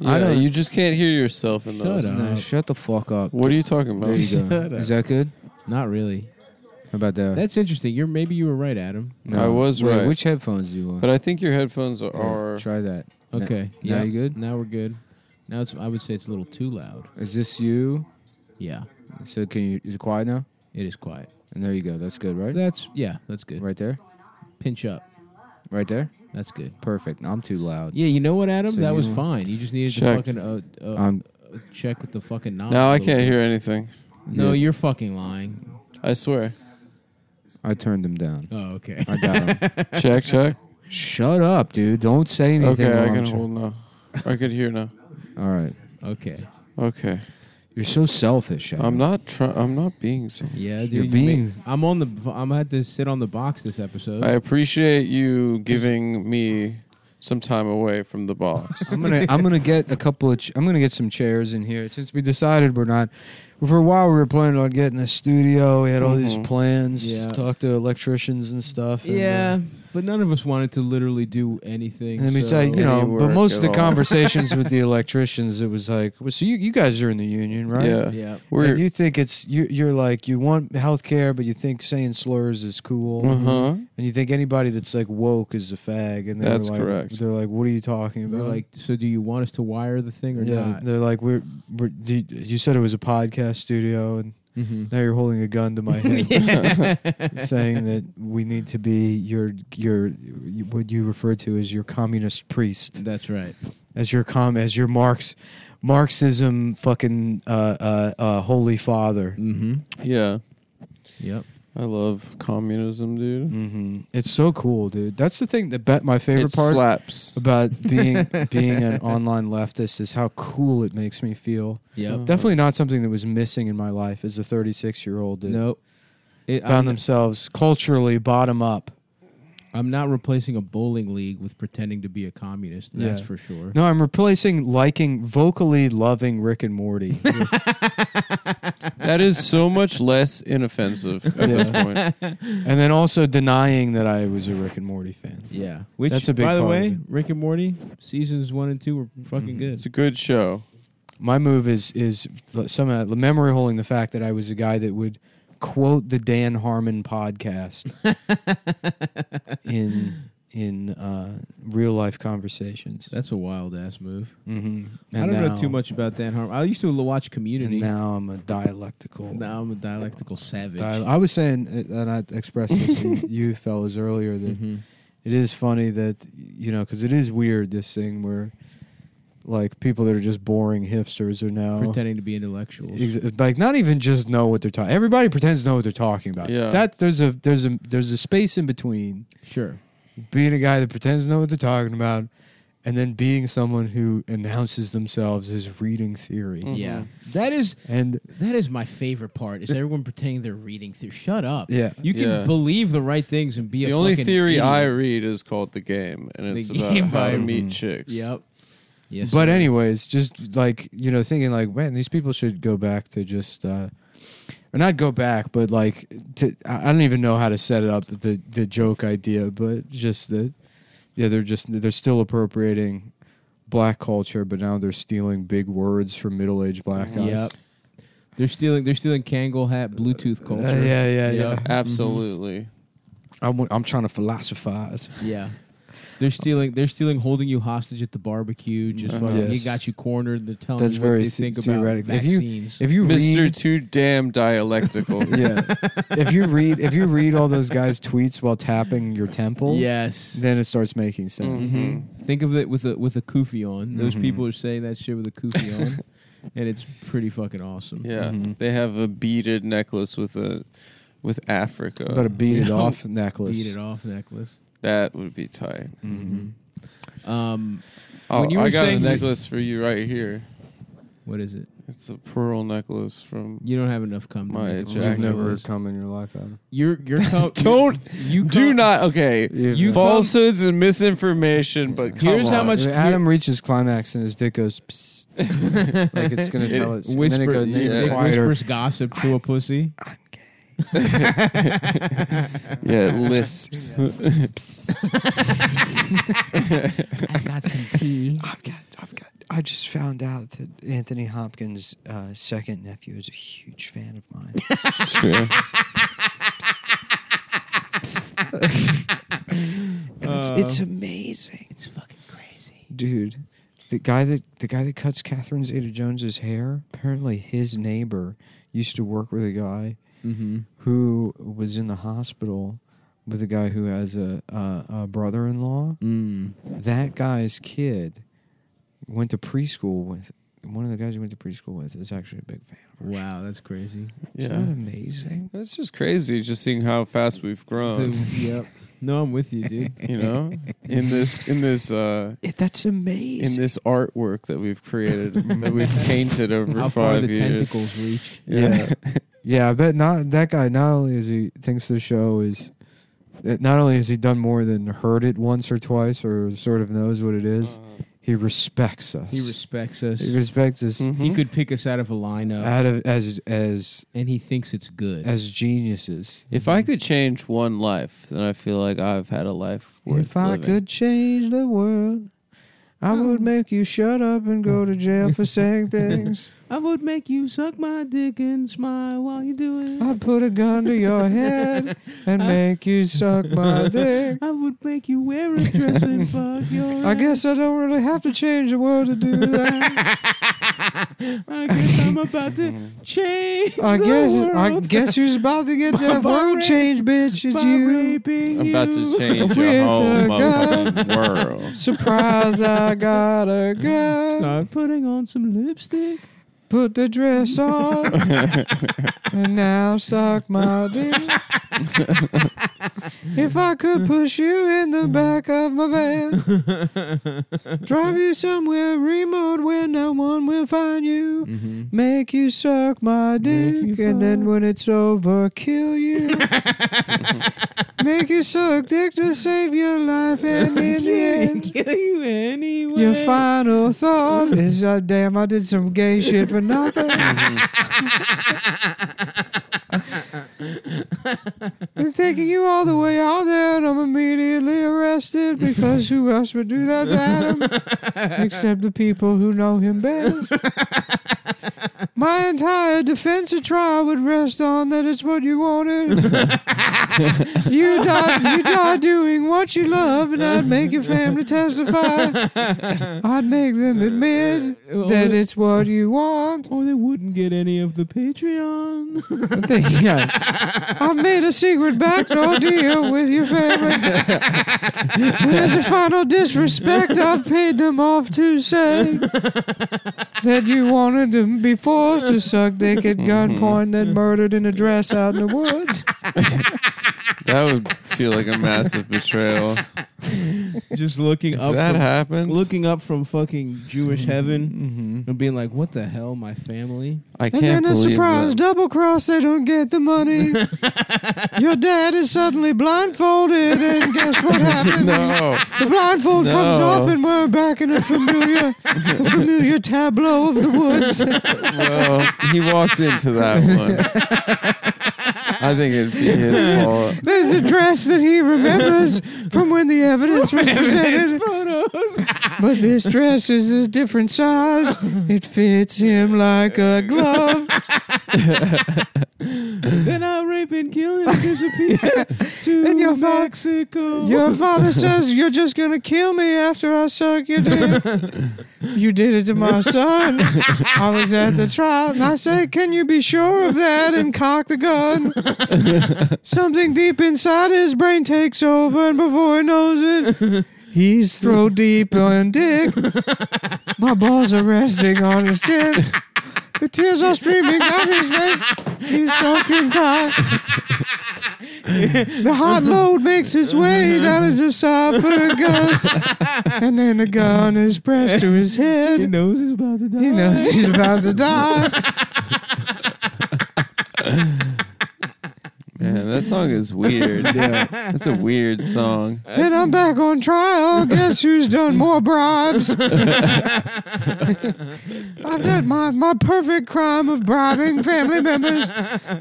I Yeah, don't- you just can't hear yourself in Shut those. up. Nah, Uh, shut the fuck up. What are you talking about? There you go. Shut up. Is that good? Not really. How about that? That's interesting. You're maybe you were right, Adam. I was Wait, right. Which headphones do you want? But I think your headphones Here, are. Try that. N- Okay. now yeah. you good? Now we're good. Now it's. I would say it's a little too loud. Is this you? Yeah. So can you? Is it quiet now? It is quiet. And there you go. That's good, right? That's yeah. That's good. Right there. Pinch up. Right there. That's good. Perfect. I'm too loud. Yeah. You know what, Adam? So that you was want- fine. You just needed Check. to fucking uh, uh, Um, uh, check with the fucking knob. Now I a little can't bit. hear anything. No, Yeah. you're fucking lying. I swear. I turned them down. Oh, okay. I got them. Check, check. Shut up, dude. Don't say anything. Okay, while I I'm can tr- hold now. I could hear now. All right. okay. Okay, You're so selfish. Adam. I'm not trying. I'm not being so. Yeah, dude. You're you being- make- I'm on the. I'm gonna have to sit on the box this episode. I appreciate you giving me some time away from the box. I'm gonna I'm gonna get a couple of ch- I'm gonna get some chairs in here since we decided we're not for a while we were planning on getting a studio we had all Mhm. these plans Yeah. to talk to electricians and stuff and, uh, yeah, but none of us wanted to literally do anything. I mean, it's so- like you know, Any but work most of at the all. conversations with the electricians, it was like, well, so you, you guys are in the union, right? Yeah, Yeah. we're. and you think it's you, you're like you want health care, but you think saying slurs is cool, uh huh. and you think anybody that's like woke is a fag, and they're That's like, correct. They're like, what are you talking We're about? like, so do you want us to wire the thing or Mm-hmm. yeah, not? they're like, we're, we're do you, you said it was a podcast studio, and Mm-hmm. now you're holding a gun to my head, saying that we need to be your your what you refer to as your communist priest. That's right. as your com as your Marx Marxism fucking uh, uh, uh, holy father. Mm-hmm. Yeah, Uh, Yep. I love communism, dude. Mm-hmm. It's so cool, dude. That's the thing that bet my favorite It part slaps. about being being an online leftist is how cool it makes me feel. Yep. Definitely not something that was missing in my life as a 36 year old that Nope. It, found I'm, themselves culturally bottom up. I'm not replacing a bowling league with pretending to be a communist. That's Yeah. for sure. No, I'm replacing liking vocally loving Rick and Morty. with- That is so much less inoffensive at this Yeah. point. and then also denying that I was a Rick and Morty fan. Yeah. Which, That's a big by the part of way, it. Mm-hmm. Rick and Morty seasons one and two were fucking good. It's a good show. My move is is somehow the memory holding the fact that I was a guy that would quote the Dan Harmon podcast in in uh, real life conversations. That's a wild ass move. Mm-hmm. I don't know too much about Dan Harmon. I used to watch Community. And now I'm a dialectical. Now I'm a dialectical savage. Dial- I was saying, uh, and I expressed this to you fellas earlier that Mhm. it is funny that you know because it is weird this thing where like people that are just boring hipsters are now Pretending to be intellectuals. Ex- like not even just know what they're talking. Everybody pretends to know what they're talking about. Yeah. That there's a there's a there's a space in between Sure. being a guy that pretends to know what they're talking about and then being someone who announces themselves as reading theory. Yeah. That is And That is my favorite part. Is everyone pretending they're reading through? Shut up. Yeah. you can Yeah. believe the right things and be a The only fucking theory idiot. I read is called The Game, and The it's about Game, how I bro. meet chicks. Yep. Yes. but sir. anyways, just like you know thinking like man these people should go back to just uh or not go back, but like to I I don't even know how to set it up the the joke idea, but just that yeah, they're just they're still appropriating black culture, but now they're stealing big words from middle aged black guys. Yep. They're stealing. They're stealing Kangol hat Bluetooth Uh, culture. yeah, yeah, Yeah. yeah. Absolutely. Mm-hmm. I'm w- I'm trying to philosophize. Yeah. They're stealing. They're stealing. Holding you hostage at the barbecue. Just Uh-huh. fucking. Yes. They got you cornered. They're telling That's you very what they the- think about theoretical. If you- vaccines. If you Mr. read, Too Damn Dialectical. yeah, if you read if you read all those guys' tweets while tapping your temple, yes. then it starts making sense. Mhm. Think of it with a with a kufi on. Those Mhm. people are saying that shit with a kufi on, and it's pretty fucking awesome. Yeah, Mhm. they have a beaded necklace with a with Africa. Uh, About a beat it No. off necklace. Beat it off necklace. that would be tight. Mm-hmm. Mhm. Um, Oh, When you I were got a saying- necklace for you right here. what is it? It's a pearl necklace from. You don't have enough cum. to My make a ejaculate. You've Jack never necklace. come in your life, Adam. You're you're cum. Don't you, you do cum- not okay. You falsehoods and misinformation, but come Here's how on. much- Let's Adam reaches climax and his dick goes psst. like it's gonna tell us. and Whisper, then it goes, then it yeah. it quieter. whispers gossip to a pussy. Yeah, it lisps. I've got some tea. I've got, I've got, I just found out that Anthony Hopkins' uh, second nephew is a huge fan of mine. Sure. And it's, it's amazing, Uh, It's fucking crazy. dude. The guy that the guy that cuts Catherine Zeta-Jones's hair, apparently his neighbor used to work with a guy Mm-hmm. who was in the hospital with a guy who has a, uh, a brother-in-law. Mm. That guy's kid went to preschool with one of the guys he went to preschool with is actually a big fan of ours. Wow, that's crazy. Isn't Yeah. that amazing? It's just crazy just seeing how fast we've grown. The- yep. No, I'm with you, dude. you know? In this in this uh It, that's in amazing. this artwork that we've created that we've painted over How far five the years. tentacles reach. Yeah. yeah, I bet not that guy not only is he thinks the show is that not only has he done more than heard it once or twice or sort of knows what it Uh-huh. is, Uh, he respects us. He respects us. He respects us Mhm. He could pick us out of a lineup, out of as as and he thinks it's good. as geniuses. If I could change one life, then I feel like I've had a life worth If I living. could change the world, I would make you shut up and go to jail for saying things. I would make you suck my dick and smile while you do it. I'd put a gun to your head and make you suck my dick. I would make you wear a dress and fuck your. I guess I don't really have to change the world to do that. I guess I'm about to change. I the guess I world guess who's about to get that By world rape. change, bitch. It's by you. raping I'm about you. to change With the whole a gun. motherfucking world. Surprise! I got a gun. Start putting on some lipstick. Put the dress on, and now suck my dick. if I could push you in the back of my van, drive you somewhere remote where no one will find you, Mm-hmm. make you suck my dick, you and then fuck. when it's over, kill you. make you suck dick to save your life, and in the end. Kill you anyway. Your final thought is, oh, damn, I did some gay shit for nothing. They're taking you all the way out there, and I'm immediately arrested because who else would do that to Adam except the people who know him best? My entire defense at trial would rest on that it's what you wanted. You die, you die doing what you love, and I'd make your family testify. I'd make them admit that it's what you want. Or they wouldn't get any of the Patreon. But they- yeah. I've made a secret backdoor deal with your family. And as a final disrespect, I've paid them off to say that you wanted to be forced to suck dick at gunpoint, then murdered in a dress out in the woods. That would feel like a massive betrayal. If Just looking up. that from, happened, looking up from fucking Jewish heaven Mm-hmm. and being like, "What the hell, my family?" I And can't then a believe surprise that. double cross, they don't get the money. Your dad is suddenly blindfolded, and guess what happens? No, The blindfold No. comes off, and we're back in a familiar, the familiar tableau of the woods. well, he walked into that one. I think it'd be his fault. There's a dress that he remembers from when the evidence was presented, Photos. but this dress is a different size. It fits him like a glove. then I'll rape and kill him, disappear to And your fa- Mexico. Your father says you're just gonna kill me after I suck your dick. you did it to my son. I was at the trial, and I said, "Can you be sure of that?" And cock the gun. Something deep inside his brain takes over, and before he knows it, he's throat deep on dick. My balls are resting on his chin. The tears are streaming down his face. He's soaking dry. The hot load makes its way down his esophagus, and then the gun is pressed to his he head. knows he's about to die. He knows he's about to die. Man, that song is weird. yeah, that's a weird song. Then I'm back on trial. Guess who's done more bribes? I've done my, my perfect crime of bribing family members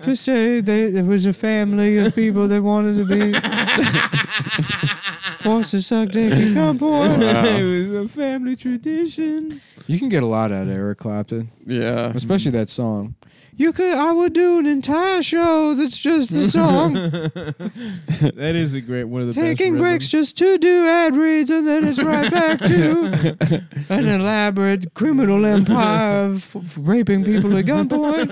to say they, it was a family of people that wanted to be forced to suck dick and come Wow. it was a family tradition. You can get a lot out of Eric Clapton, Yeah. especially that song. You could, I would do an entire show that's just the song, that is a great one of the taking best breaks just to do ad reads, and then it's right back to an elaborate criminal empire of f- raping people at gunpoint.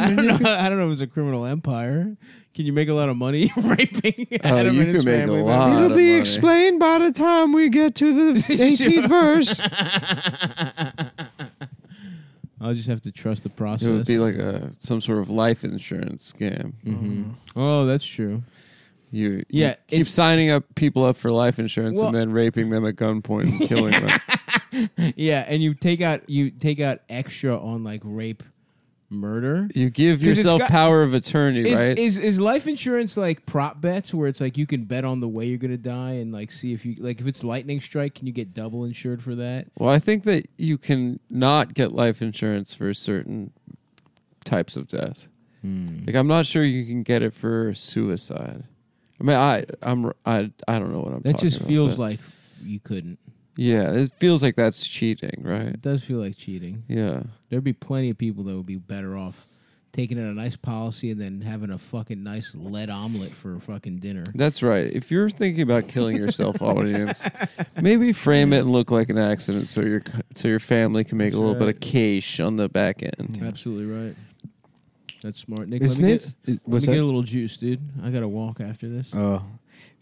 I don't know. I don't know. If it was a criminal empire. Can you make a lot of money raping? Adam Oh, you and can his make a family lot. members? It'll be money. explained by the time we get to the 18th verse. I'll just have to trust the process. It would be like a some sort of life insurance scam. Mhm. Oh, that's true. You, you Yeah, keep it's- signing up people up for life insurance Well- and then raping them at gunpoint and killing them. Yeah, and you take out you take out extra on like rape, murder. You give 'Cause it's yourself got- power of attorney, Is, right? is is life insurance like prop bets where it's like you can bet on the way you're gonna die and like see if you like if it's lightning strike can you get double insured for that? well, I think that you can not get life insurance for certain types of death. Like I'm not sure you can get it for suicide. I mean, I I'm I I don't know what I'm. That talking just about, feels but- like you couldn't. yeah, it feels like that's cheating, right? It does feel like cheating. Yeah, There'd be plenty of people that would be better off taking in a nice policy and then having a fucking nice lead omelet for fucking dinner. that's right. If you're thinking about killing yourself, audience, maybe frame it and look like an accident so your c- so your family can make That's a little right. bit of cash on the back end. Absolutely right. That's smart, Nick. Is let me get- Nancy? is- Let what's me get a that? little juice, dude. I gotta walk after this. Oh,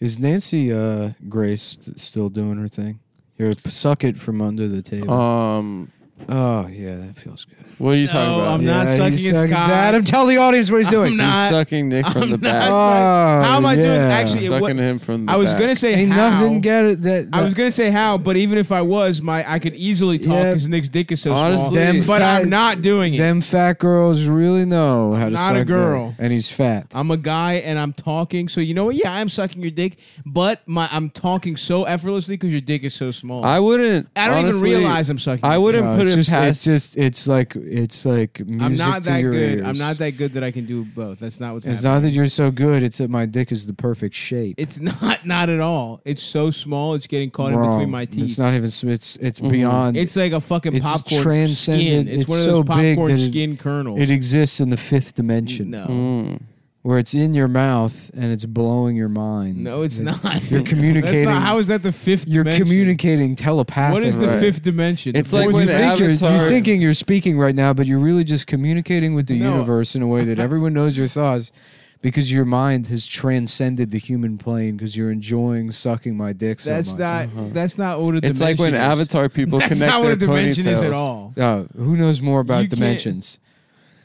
is Nancy uh, Grace st- still doing her thing? Here, p- suck it from under the table. Um, oh yeah, that feels good. what are you talking No, about? I'm not Yeah, sucking he's his cock. Adam, tell the audience what he's doing. I'm not- You're sucking Nick from I'm the Oh, back. not- How am I doing? yeah. Actually, it sucking wa- him from the I was back. gonna say Ain't how. nothing get it that, I was gonna say how, but even if I was, my I could easily talk Yeah. because Nick's dick is so Honestly- small. Them but fat- I'm not doing it. Them fat girls really know how to Not a suck dick. girl. and he's fat. I'm a guy and I'm talking, so you know what? Yeah, I'm sucking your dick, but my I'm talking so effortlessly because your dick is so small. I wouldn't. I don't honestly, even realize I'm sucking. I your wouldn't No, put it's it just, It's past. just it's like it's like dick. music I'm not to that your good. ears. I'm not that good that I can do both. That's not what's It's happening. not that you're so good. It's that my dick is the perfect shape. it's not not at all. It's so small. It's getting caught in Wrong. between my teeth. It's It's, not even. s- It's it's beyond. like a fucking It's popcorn skin. transcendent. It's, It's one of so those big popcorn that it- skin kernels. it exists in the fifth dimension, no, Mm. where it's in your mouth and it's blowing your mind. no, it's It- not. You're communicating. That's not, how is that the fifth? you're dimension? communicating telepathically. What is the Right. fifth dimension? It's The like fourth when You the dimension? think you're, you're Avatar- thinking you're speaking right now, but you're really just communicating with the No. universe in a way that everyone knows your thoughts because your mind has transcended the human plane because you're enjoying sucking my dick so that's much. not. That's not what a It's like when dimension is. Avatar people That's connect not what their a dimension is at ponytails. all. Uh, who knows more about You can't- dimensions?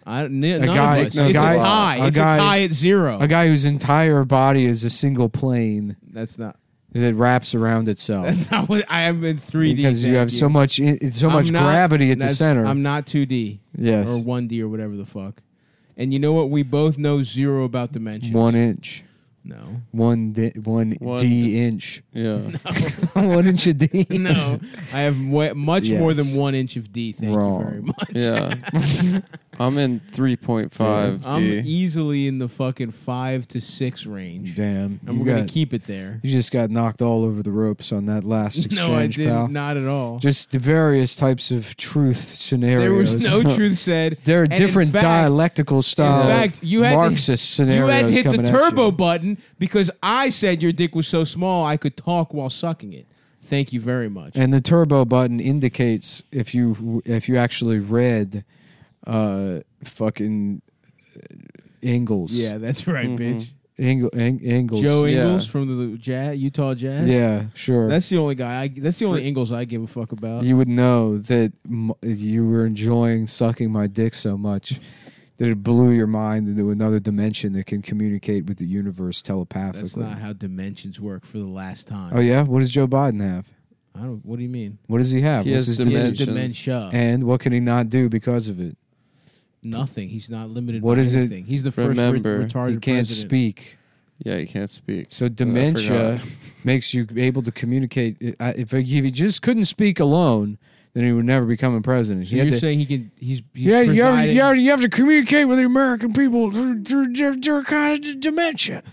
I, n- none guy- of us. a it's guy- a tie. a it's guy- a tie at zero. A guy whose entire body is a single plane that's not. that wraps around itself That's not what I am in three D. because you have so much i- it's so much gravity at the center. I'm not two D yes, or one D or whatever the fuck. And you know what? We both know zero about dimensions. one inch, No. one di- one One d inch, Yeah. one inch a d. No, I have wa- much more Yes. than one inch of D. Thank Wrong. you very much. Yeah. I'm in 3.5 I'm e- D. easily in the fucking five to six range, Damn, and you we're gonna got- keep it there. You just got knocked all over the ropes on that last exchange, No, I didn't. pal. Not at all. Just the various types of truth There scenarios. was no truth said. There are And in different fact- dialectical style fact, you had to- Marxist You scenarios had to hit the coming at turbo you. button because I said your dick was so small I could talk while sucking it. Thank you very much. and the turbo button indicates if you if you actually read uh fucking Ingles. yeah, that's right, Mm-hmm. bitch. Ing- Ing- Ingles. Joe Yeah. Ingles from the Jazz, Utah Jazz. Yeah, sure. that's the only guy. I, that's the only Ingles I give a fuck about. you would know that m- you were enjoying sucking my dick so much that it blew your mind into another dimension that can communicate with the universe telepathically. that's not how dimensions work. For the last time, oh yeah, what does Joe Biden have? I don't. What do you mean? What does he have? He What's has his He disease? has Dimensions. dementia. And what can he not do because of it? Nothing. He's not limited. What by is it- anything. He's the first re- Remember, retarded He can't president. speak. Yeah, you can't speak. So I dementia forgot. makes you able to communicate. I- If he- if he just couldn't speak alone, then he would never become a president. So He had you're to- saying he can? He's, he's yeah, you have, presiding- you, have, you have to communicate with the American people through, through, di- different kind of dementia.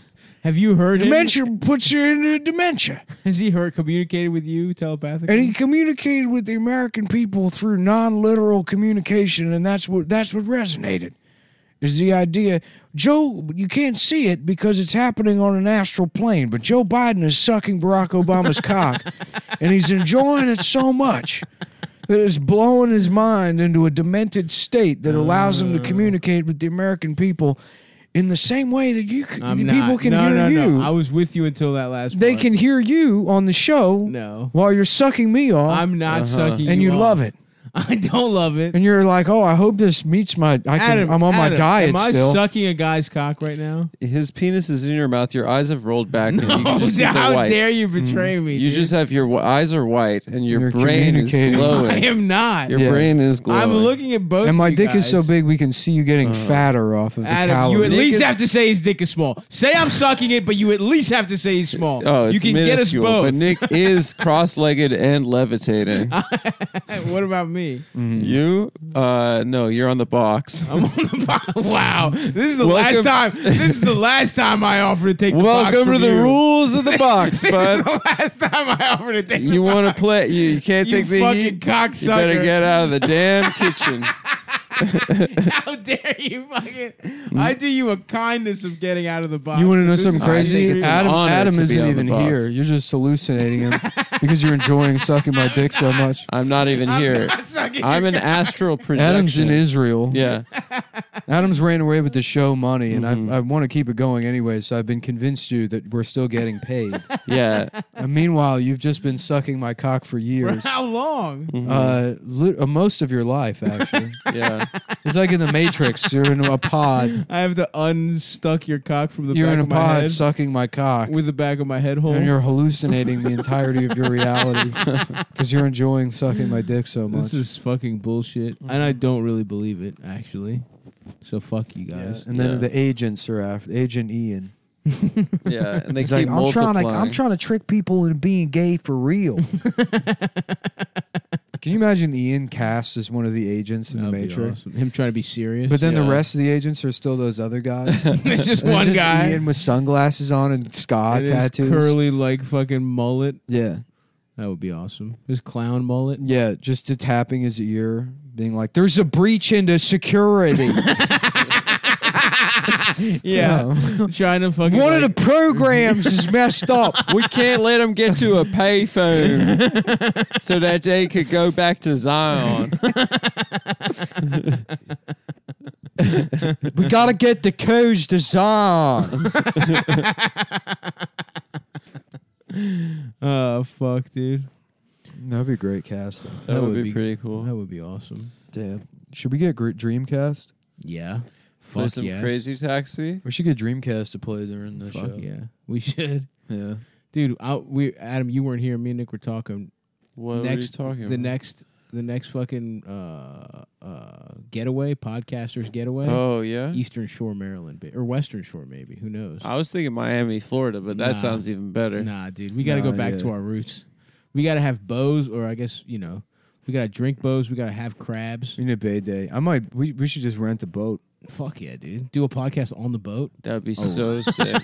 Have you heard him? Dementia puts you into dementia. Has he heard communicated with you telepathically? And he communicated with the American people through non-literal communication, and that's what that's what resonated. Is the idea, Joe? You can't see it because it's happening on an astral plane, but Joe Biden is sucking Barack Obama's cock, and he's enjoying it so much that it's blowing his mind into a demented state that allows Uh. him to communicate with the American people in the same way that you c- I'm the not. people can no, hear no, you. No. I was with you until that last. they part. can hear you on the show No, while you're sucking me off I'm not sucking. Uh-huh. and you off. love it. I don't love it. And you're like, oh, I hope this meets my. I can, Adam, I'm on my Adam, diet Am I still. sucking a guy's cock right now? His penis is in your mouth. Your eyes have rolled back. and you Oh, can just see the how whites. dare you Mm-hmm. betray me? You dude. just have your w- eyes are white and your You're brain is communicating. I glowing. am not. Your Yeah. brain is glowing. I'm looking at both. and my you dick is so guys. Uh-uh. big we can see you getting fatter off of the Adam, calories. you at least is- have to say his dick is small. Say I'm sucking it, but you at least have to say he's small. Oh, it's you can get us minuscule, both. But Nick is cross-legged and levitating. what about me? Mm. You? Uh, no, you're on the box. I'm on the box. Wow, this is the Welcome- last time. This is the last time I offer to take. The box Welcome to from the you. rules of the box, This is bud. the last time I offer to take. You the want box. to play? You, you can't You take the fucking heat. You cocksucker. better get out of the damn kitchen. How dare you fucking? Mm. I do you a kindness of getting out of the box. You want to know This something is weird. crazy? it's an Adam, honor Adam to be isn't on the even box. here. You're just hallucinating him because you're enjoying sucking my dick so much. I'm not even I'm here. not sucking I'm your an cock. astral projection. Adam's in Israel. Yeah. Adam's ran away with the show money, and Mm-hmm. I've, I want to keep it going anyway. So I've been convinced you that we're still getting paid. Yeah. and meanwhile, you've just been sucking my cock for For years, how long? Mm. uh, li- uh, most of your life actually. Yeah. it's like in the Matrix. You're in a pod. I have to unstuck your cock from the You're back in a of my pod head sucking my cock, with the back of my head hole. and you're hallucinating the entirety of your reality because you're enjoying sucking my dick so much. This is fucking bullshit, and Mm. I don't really believe it actually. So fuck you Yeah. guys. And then Yeah. the agents are after Agent Ian. Yeah. And they He's keep like, I'm trying to, I'm multiplying. trying to trick people into being gay for real. Can you imagine Ian cast as one of the agents in That'd the be Matrix? awesome. Him trying to be serious. But then the Yeah. rest of the agents are still those other guys. And it's just it's one just guy. Ian with sunglasses on and ska and his tattoos. curly like fucking mullet. Yeah. That would be awesome. His clown mullet. Yeah, just to tapping his ear, being like, "There's a breach into security. Yeah, trying to fucking One of like- the programs is messed up." we can't let them get to a payphone so that they could go back to Zion. We gotta get the codes to Zion. Oh fuck, dude. That'd be great cast. That, would be, pretty cool. That would be awesome. Damn. Should we get Gr- Dreamcast? Yeah. Play Fuck some yes. crazy taxi. We should get Dreamcast to play during the Fuck yeah. We should, Yeah. dude. I, we Adam, you weren't here. Me and Nick were talking. What next, are you talking the about? next, the next fucking uh, uh, getaway, podcasters getaway, Oh yeah. Eastern Shore, Maryland, ba- or Western Shore, maybe. Who knows? I was thinking Miami, Florida, but that Nah. sounds even better. Nah, dude, we got to Nah, go back yeah. to our roots. We got to have bows, or I guess you know, we got to drink bows. We got to have crabs. We need a bay day. I might. We, we should just rent a boat. Fuck yeah, dude. Do a podcast on the boat. That would be so sick.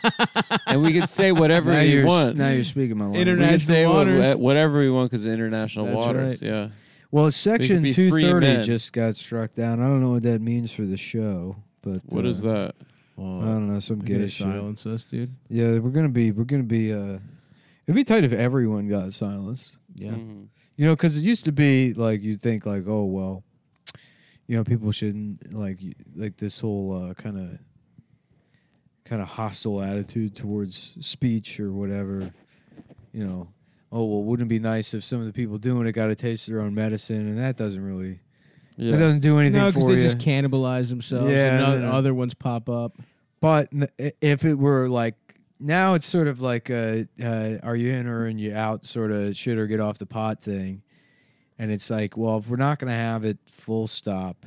and we could say whatever now we you're, want. Now you're speaking my we language. Internet- could say International what- waters. whatever we want because international That's waters. right. Yeah. Well, section be free 230 men. just got struck down. I don't know what that means for the show, but What uh, is that? I don't know. Some Gonna gay shit. silence us, dude. Yeah, we're gonna be we're gonna be uh it'd be tight if everyone got silenced. Yeah. Mhm. You know, because it used to be like you'd think like, oh well, you know, people shouldn't like y- like this whole kind of kind of hostile attitude towards speech or whatever. You know, oh well, wouldn't it be nice if some of the people doing it got a taste of their own medicine, and that doesn't really it Yeah. doesn't do anything No, because for they you. just cannibalize themselves. Yeah, and no, oth- no. other ones pop up. But n- i- if it were like now, it's sort of like a uh, "Are you in or are you out?" sort of "shit or get off the pot" thing, and it's like, well, if we're not going to have it full stop,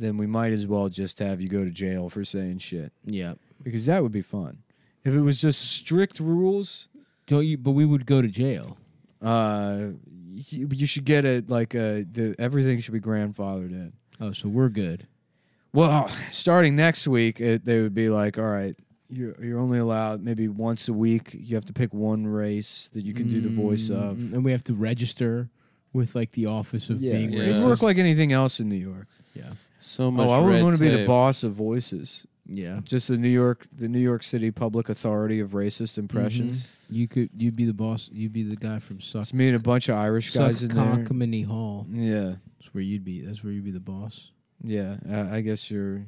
then we might as well just have you go to jail for saying shit Yeah. because that would be fun. If it was just strict rules, Don't you? But we would go to jail. uh, you, you should get it like a the everything should be grandfathered in. Oh, so we're good. Well, starting next week, it, they would be like, all right, you're you're only allowed maybe once a week. You have to pick one race that you can do the voice of. Mm, and we have to register with like the office of being yeah. it racist. work like anything else in New York. yeah, So much. Oh, I would red want to be the tape. boss of voices. yeah. Just the New York, the New York City Public Authority of Racist Impressions. Mm-hmm. You could you'd be the boss. You'd be the guy from Suck It's me and a bunch of Irish guys in there. Suckcockmany Hall. Yeah, That's where you'd be. That's where you'd be the boss. yeah. Uh, I guess you're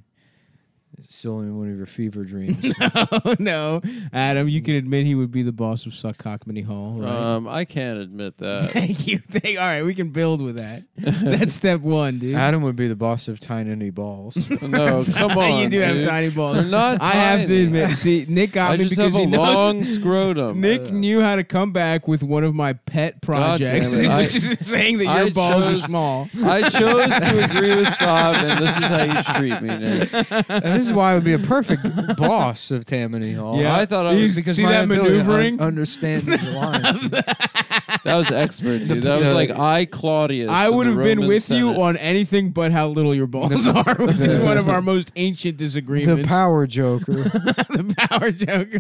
still in one of your fever dreams. no, no, Adam, you can admit he would be the boss of Suckcockmany Hall, right? Um, I can't admit that. Thank you. Thank, all right, we can build with that. That's step one, dude. Adam would be the boss of Tiny Balls. no, come on. you do have dude. tiny They're balls. not. I have to tiny. admit, see, Nick got I me just because have a he knows long scrotum. Nick knew how to come back with one of my pet God damn projects, it. which I- is saying that your I balls chose- are small. I chose to agree with Saab, and this is how you treat me, Nick. and this is why I would be a perfect boss of Tammany Hall. Yeah. I thought I He's- was- because see my that ability uh, to un- maneuvering? understand his lines. That was expert, dude. That was like I Claudius. I in would the have been Roman with Senate. you on anything but how little your balls are, which is the- one of our most ancient The disagreements. Power Joker. the power joker.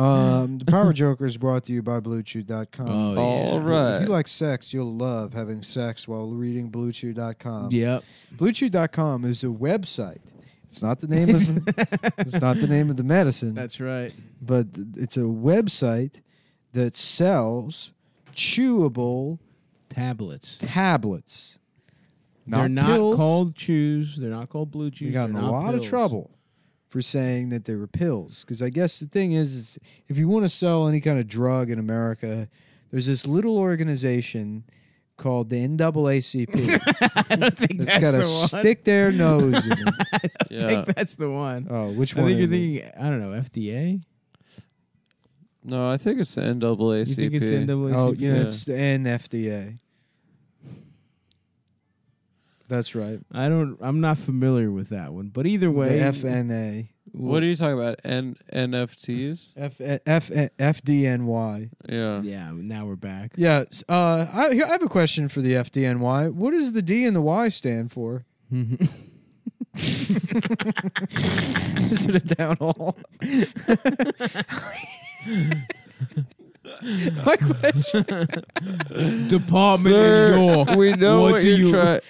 um, the Power Joker is brought to you by BlueChew.com. Oh, All If right. you like sex, you'll love having sex while reading BlueChew.com. Yep. BlueChew.com is a website. It's not the name of it's not the name of the medicine, That's right. but th- it's a website that sells chewable Tablets. tablets. they're not pills. called chews. They're not called blue chews. We got in they're a not lot pills. of trouble for saying that they were pills because I guess the thing is, is if you want to sell any kind of drug in America, there's this little organization called the NAACP I don't think that's that's got to the one. stick their nose in. it. I Yeah. think that's the one. Oh, which I one? think you're is it? thinking. I don't know. FDA. No, I think it's the NAACP. You think it's NAACP? Oh, yeah, Yeah. it's the NFDA. That's right. I don't. I'm not familiar with that one. But either The way, FNA. What are you talking about? N- NFTs? F- eh, F- FDNY. Yeah. Yeah. Now we're back. Yeah, s- uh, I, here, I have a question for the FDNY. What does the D and the Y stand for? Is it a down hall? My question. Department Sir, in York. We know what, What do you're you- trying.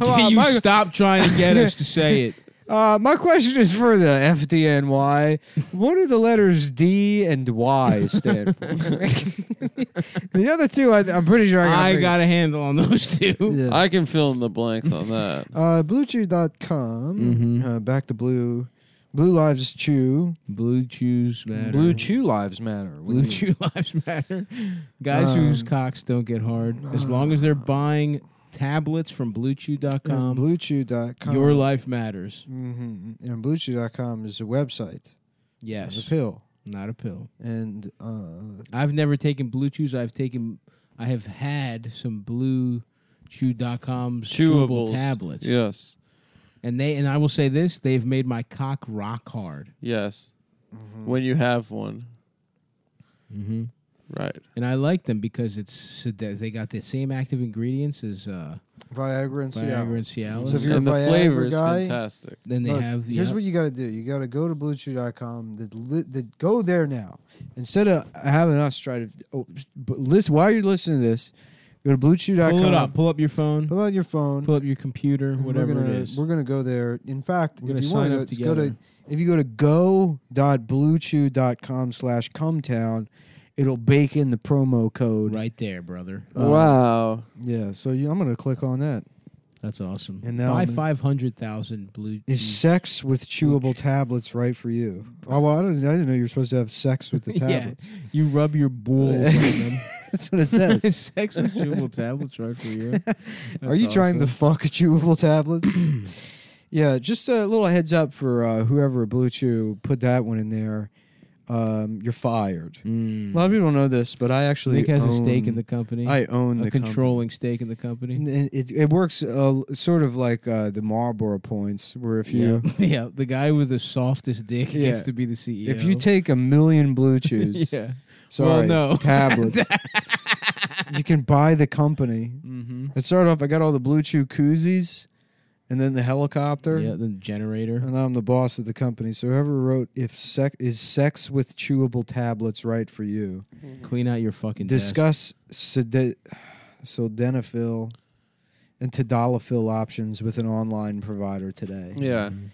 Can you stop trying to get us to say it? Uh, my question is for the FDNY. What do the letters D and Y stand for? the other two, I, I'm pretty sure I got. I figured. got a handle on those two. Yeah. I can fill in the blanks on that. Uh, BlueChew.com. Mhm. Uh, back to blue. Blue lives chew. Blue chews matter. Blue chew lives matter. What Blue do you- chew lives matter. Guys whose Um, cocks don't get hard, as long as they're buying tablets from And BlueChew.com, BlueChew.com. your life matters. Mhm. And BlueChew.com is a website. It's a Yes, pill. not a pill. And uh, I've never taken blue chews. I've taken, I have had some blue chew.com chewable Chewables. tablets. Yes. And they and I will say this, they've made my cock rock hard. Yes. When you have one. Mm-hmm. Right. And I like them because it's sed- they got the same active ingredients as uh, Viagra and Cialis. Viagra and Cialis. So if you're and a the Viagra flavor is guy- fantastic. then they Look, have Here's yep. what you got to do. You got to go to BlueChew.com. The, li- the, go there now. Instead of having us try to oh, but listen, while you're listening to this, go to BlueChew.com. pull it up. Pull up your phone. Pull out your phone. Pull up your computer. and Whatever we're gonna, it is. We're gonna go there. In fact, We're gonna if you want sign to, up go to together. if you go to go.bluechew.com slash cumtown, it'll bake in the promo code. Right there, brother. Uh, wow. Yeah, so you, I'm gonna click on that. That's awesome. and now buy I'm gonna- five hundred thousand blue. Is chew- sex with chewable tablets right for you? Oh well, I didn't, I didn't know you were supposed to have sex with the Yeah. tablets. you rub your bull on them. That's what it says. Sex with chewable tablets, right for you. Are you trying to to? fuck chewable tablets? yeah, just a little heads up for uh, whoever at Blue Chew put that one in there. Um, you're fired. A lot of people don't know this, but I actually Nick has a stake own- in the company. I own a the control. controlling stake in the company. And it it works uh, sort of like uh, the Marlboro points, where if you Yeah. yeah, the guy with the softest dick Yeah. gets to be the CEO. if you take a million blue chews, yeah, sorry, Well, no. tablets, you can buy the company. mm-hmm. It started off. I got all the blue chew koozies. and then the helicopter. Yeah, the generator. And I'm the boss of the company. So whoever wrote if sec- is sex with chewable tablets right for you? Clean out your fucking desk. Discuss sode- sildenafil and tadalafil options with an online provider today. Yeah. Mm-hmm.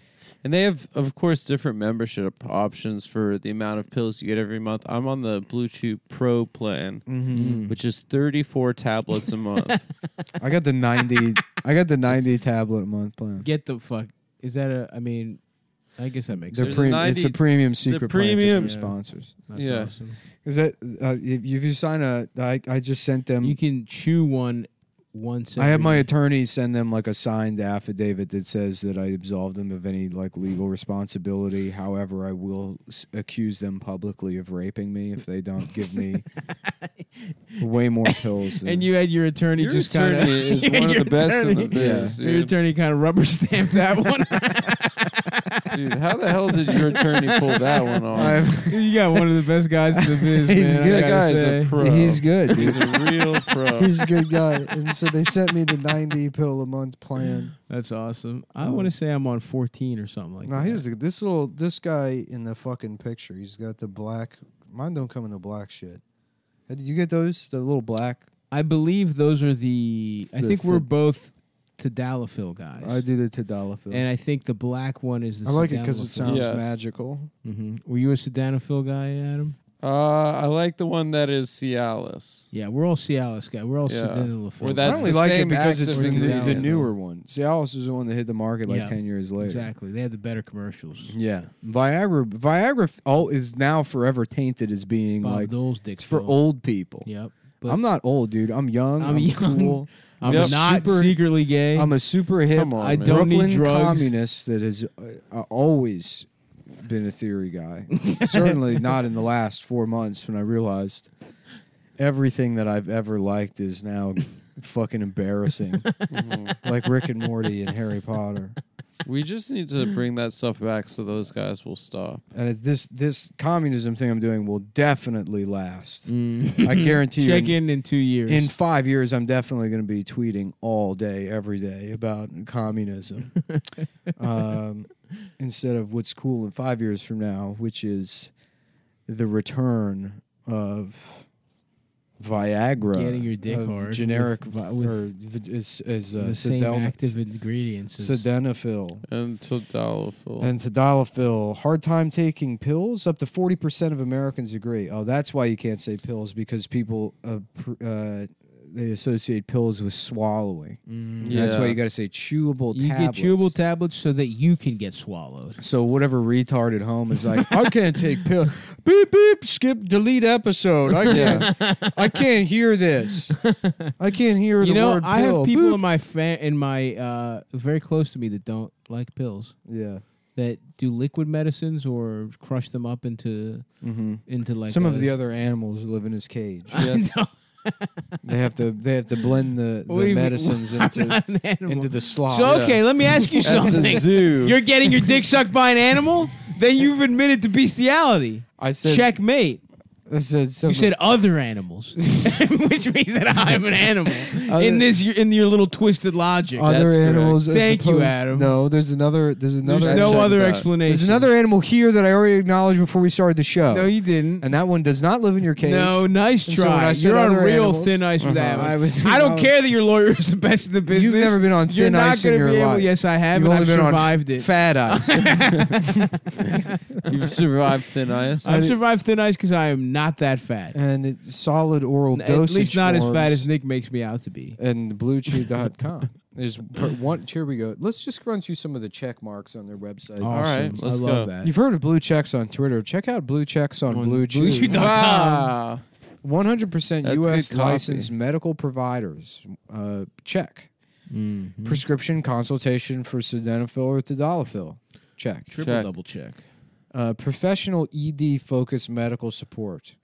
And they have, of course, different membership options for the amount of pills you get every month. I'm on the Blue Chew Pro plan, Mm-hmm. which is 34 tablets a month. I got the 90 I got the 90 tablet a month plan. Get the fuck. Is that a? I mean, I guess that makes They're There's sense. a pre- 90 it's a premium secret premium- plan just for sponsors. That's yeah. awesome. Is that uh, if if you sign a I I just sent them You can chew one once. I had every- my attorney send them like a signed affidavit that says that I absolved them of any like legal responsibility. However, I will s- accuse them publicly of raping me if they don't give me way more pills. than- And you had your attorney Your just kind of attorney is one of the best in the biz. Your Dude. attorney kind of rubber stamped that one. Dude, how the hell did your attorney pull that one off? I've- you got one of the best guys in the biz, He's man. I good. that gotta guy gotta is say. a pro. he's good. He's Dude. a real pro. He's a good guy. And so they sent me the 90 pill a month plan. That's awesome. I want to say I'm on 14 or something like Now that. here's the, this little this guy in the fucking picture. He's got the black. Mine don't come in the black shit. Did you get those? The little black. I believe those are the. I The think we're Sid- both Tadalafil guys. I do the Tadalafil. and I think the black one is the. I like it because it sounds Yes. magical. hmm Were you a Sildenafil guy, Adam? Uh, I like the one that is Cialis. Yeah, we're all Cialis guy. We're all Yeah. Sildenafil. Or that's I only the like it same because it's the, active new, the ingredient. newer one. Cialis is the one that hit the market like Yeah. ten years later. exactly. They had the better commercials. Yeah, Viagra. Viagra f- all is now forever tainted as being Bob like Dole's dick. it's for pill. old people. Yep. But I'm not old, dude. I'm young. I'm I'm, young. cool. I'm Yep. not Super- secretly gay. I'm a super hip. Come on, I man. don't need Brooklyn drugs. communist that has uh, uh, always been a theory guy. Certainly not in the last four months when I realized everything that I've ever liked is now fucking embarrassing, Mhm. Mm-hmm. like Rick and Morty and Harry Potter. We just need to bring that stuff back so those guys will stop. And it's this this communism thing I'm doing will definitely last. Mm. I guarantee you Check in- in in two years. In five years, I'm definitely going to be tweeting all day, every day about communism um, instead of what's cool in five years from now, which is the return of Viagra. Getting your dick of hard Generic with vi- with or vi- is, is, uh, the same Sildenaf- active ingredients. as- Sildenafil. And Tadalafil. And tadalafil, hard time taking pills. Up to forty percent of Americans agree. Oh, that's why you can't say pills because people uh, pr- uh, they associate pills with swallowing. Mm. And That's why Yeah. you got to say chewable. You tablets. get chewable tablets so that you can get swallowed. so whatever retard at home is like, I can't take pills. Beep beep. Skip. Delete episode. I can't. I can't hear this. I can't hear You the know, word I pill. have people Boop. in my fa- in my uh, very close to me that don't like pills Yeah. that do liquid medicines or crush them up into hmm into like Some a- of the other animals live in his cage. I don't- They have to. They have to blend the, What do the you mean? medicines I'm into not an animal. into the slop. so okay, let me ask you At something. the zoo. You're getting your dick sucked by an animal, then you've admitted to bestiality. I said, Checkmate. I said You something. said other animals, which means that I'm an animal in Other- this your- in your little twisted logic. That's other correct. animals. as Thank you, opposed- Adam. No, there's another. There's There's no another. That checks other out. explanation. there's another animal here that I already acknowledged before we started the show. No, you didn't. and that one does not live in your cage. No, nice And so when try. I said You're on other real animals- thin ice with that. Uh-huh. one. I, I was- don't care that your lawyer is the best in the business. you've never been on You're thin not ice in gonna your be able. life. Yes, I have, You've and only I've been on survived it. Fat ice. You've survived thin ice. I've survived thin ice because I am not that fat. and it, solid oral At dosage. least not as forms fat as Nick makes me out to be. And bluechew.com. There's per- one. Here we go. Let's just run through some of the check marks on their website. Awesome. right, let's I go. love that. You've heard of Blue Checks on Twitter. Check out Blue Checks on, On Blue Blue Chew. Chew dot Wow. 100% That's U.S. good copy. licensed medical providers. Uh, check. Mm-hmm. Mm-hmm. Prescription consultation for sildenafil or tadalafil. Check. Triple Check. double check. Uh, professional ED focused medical support.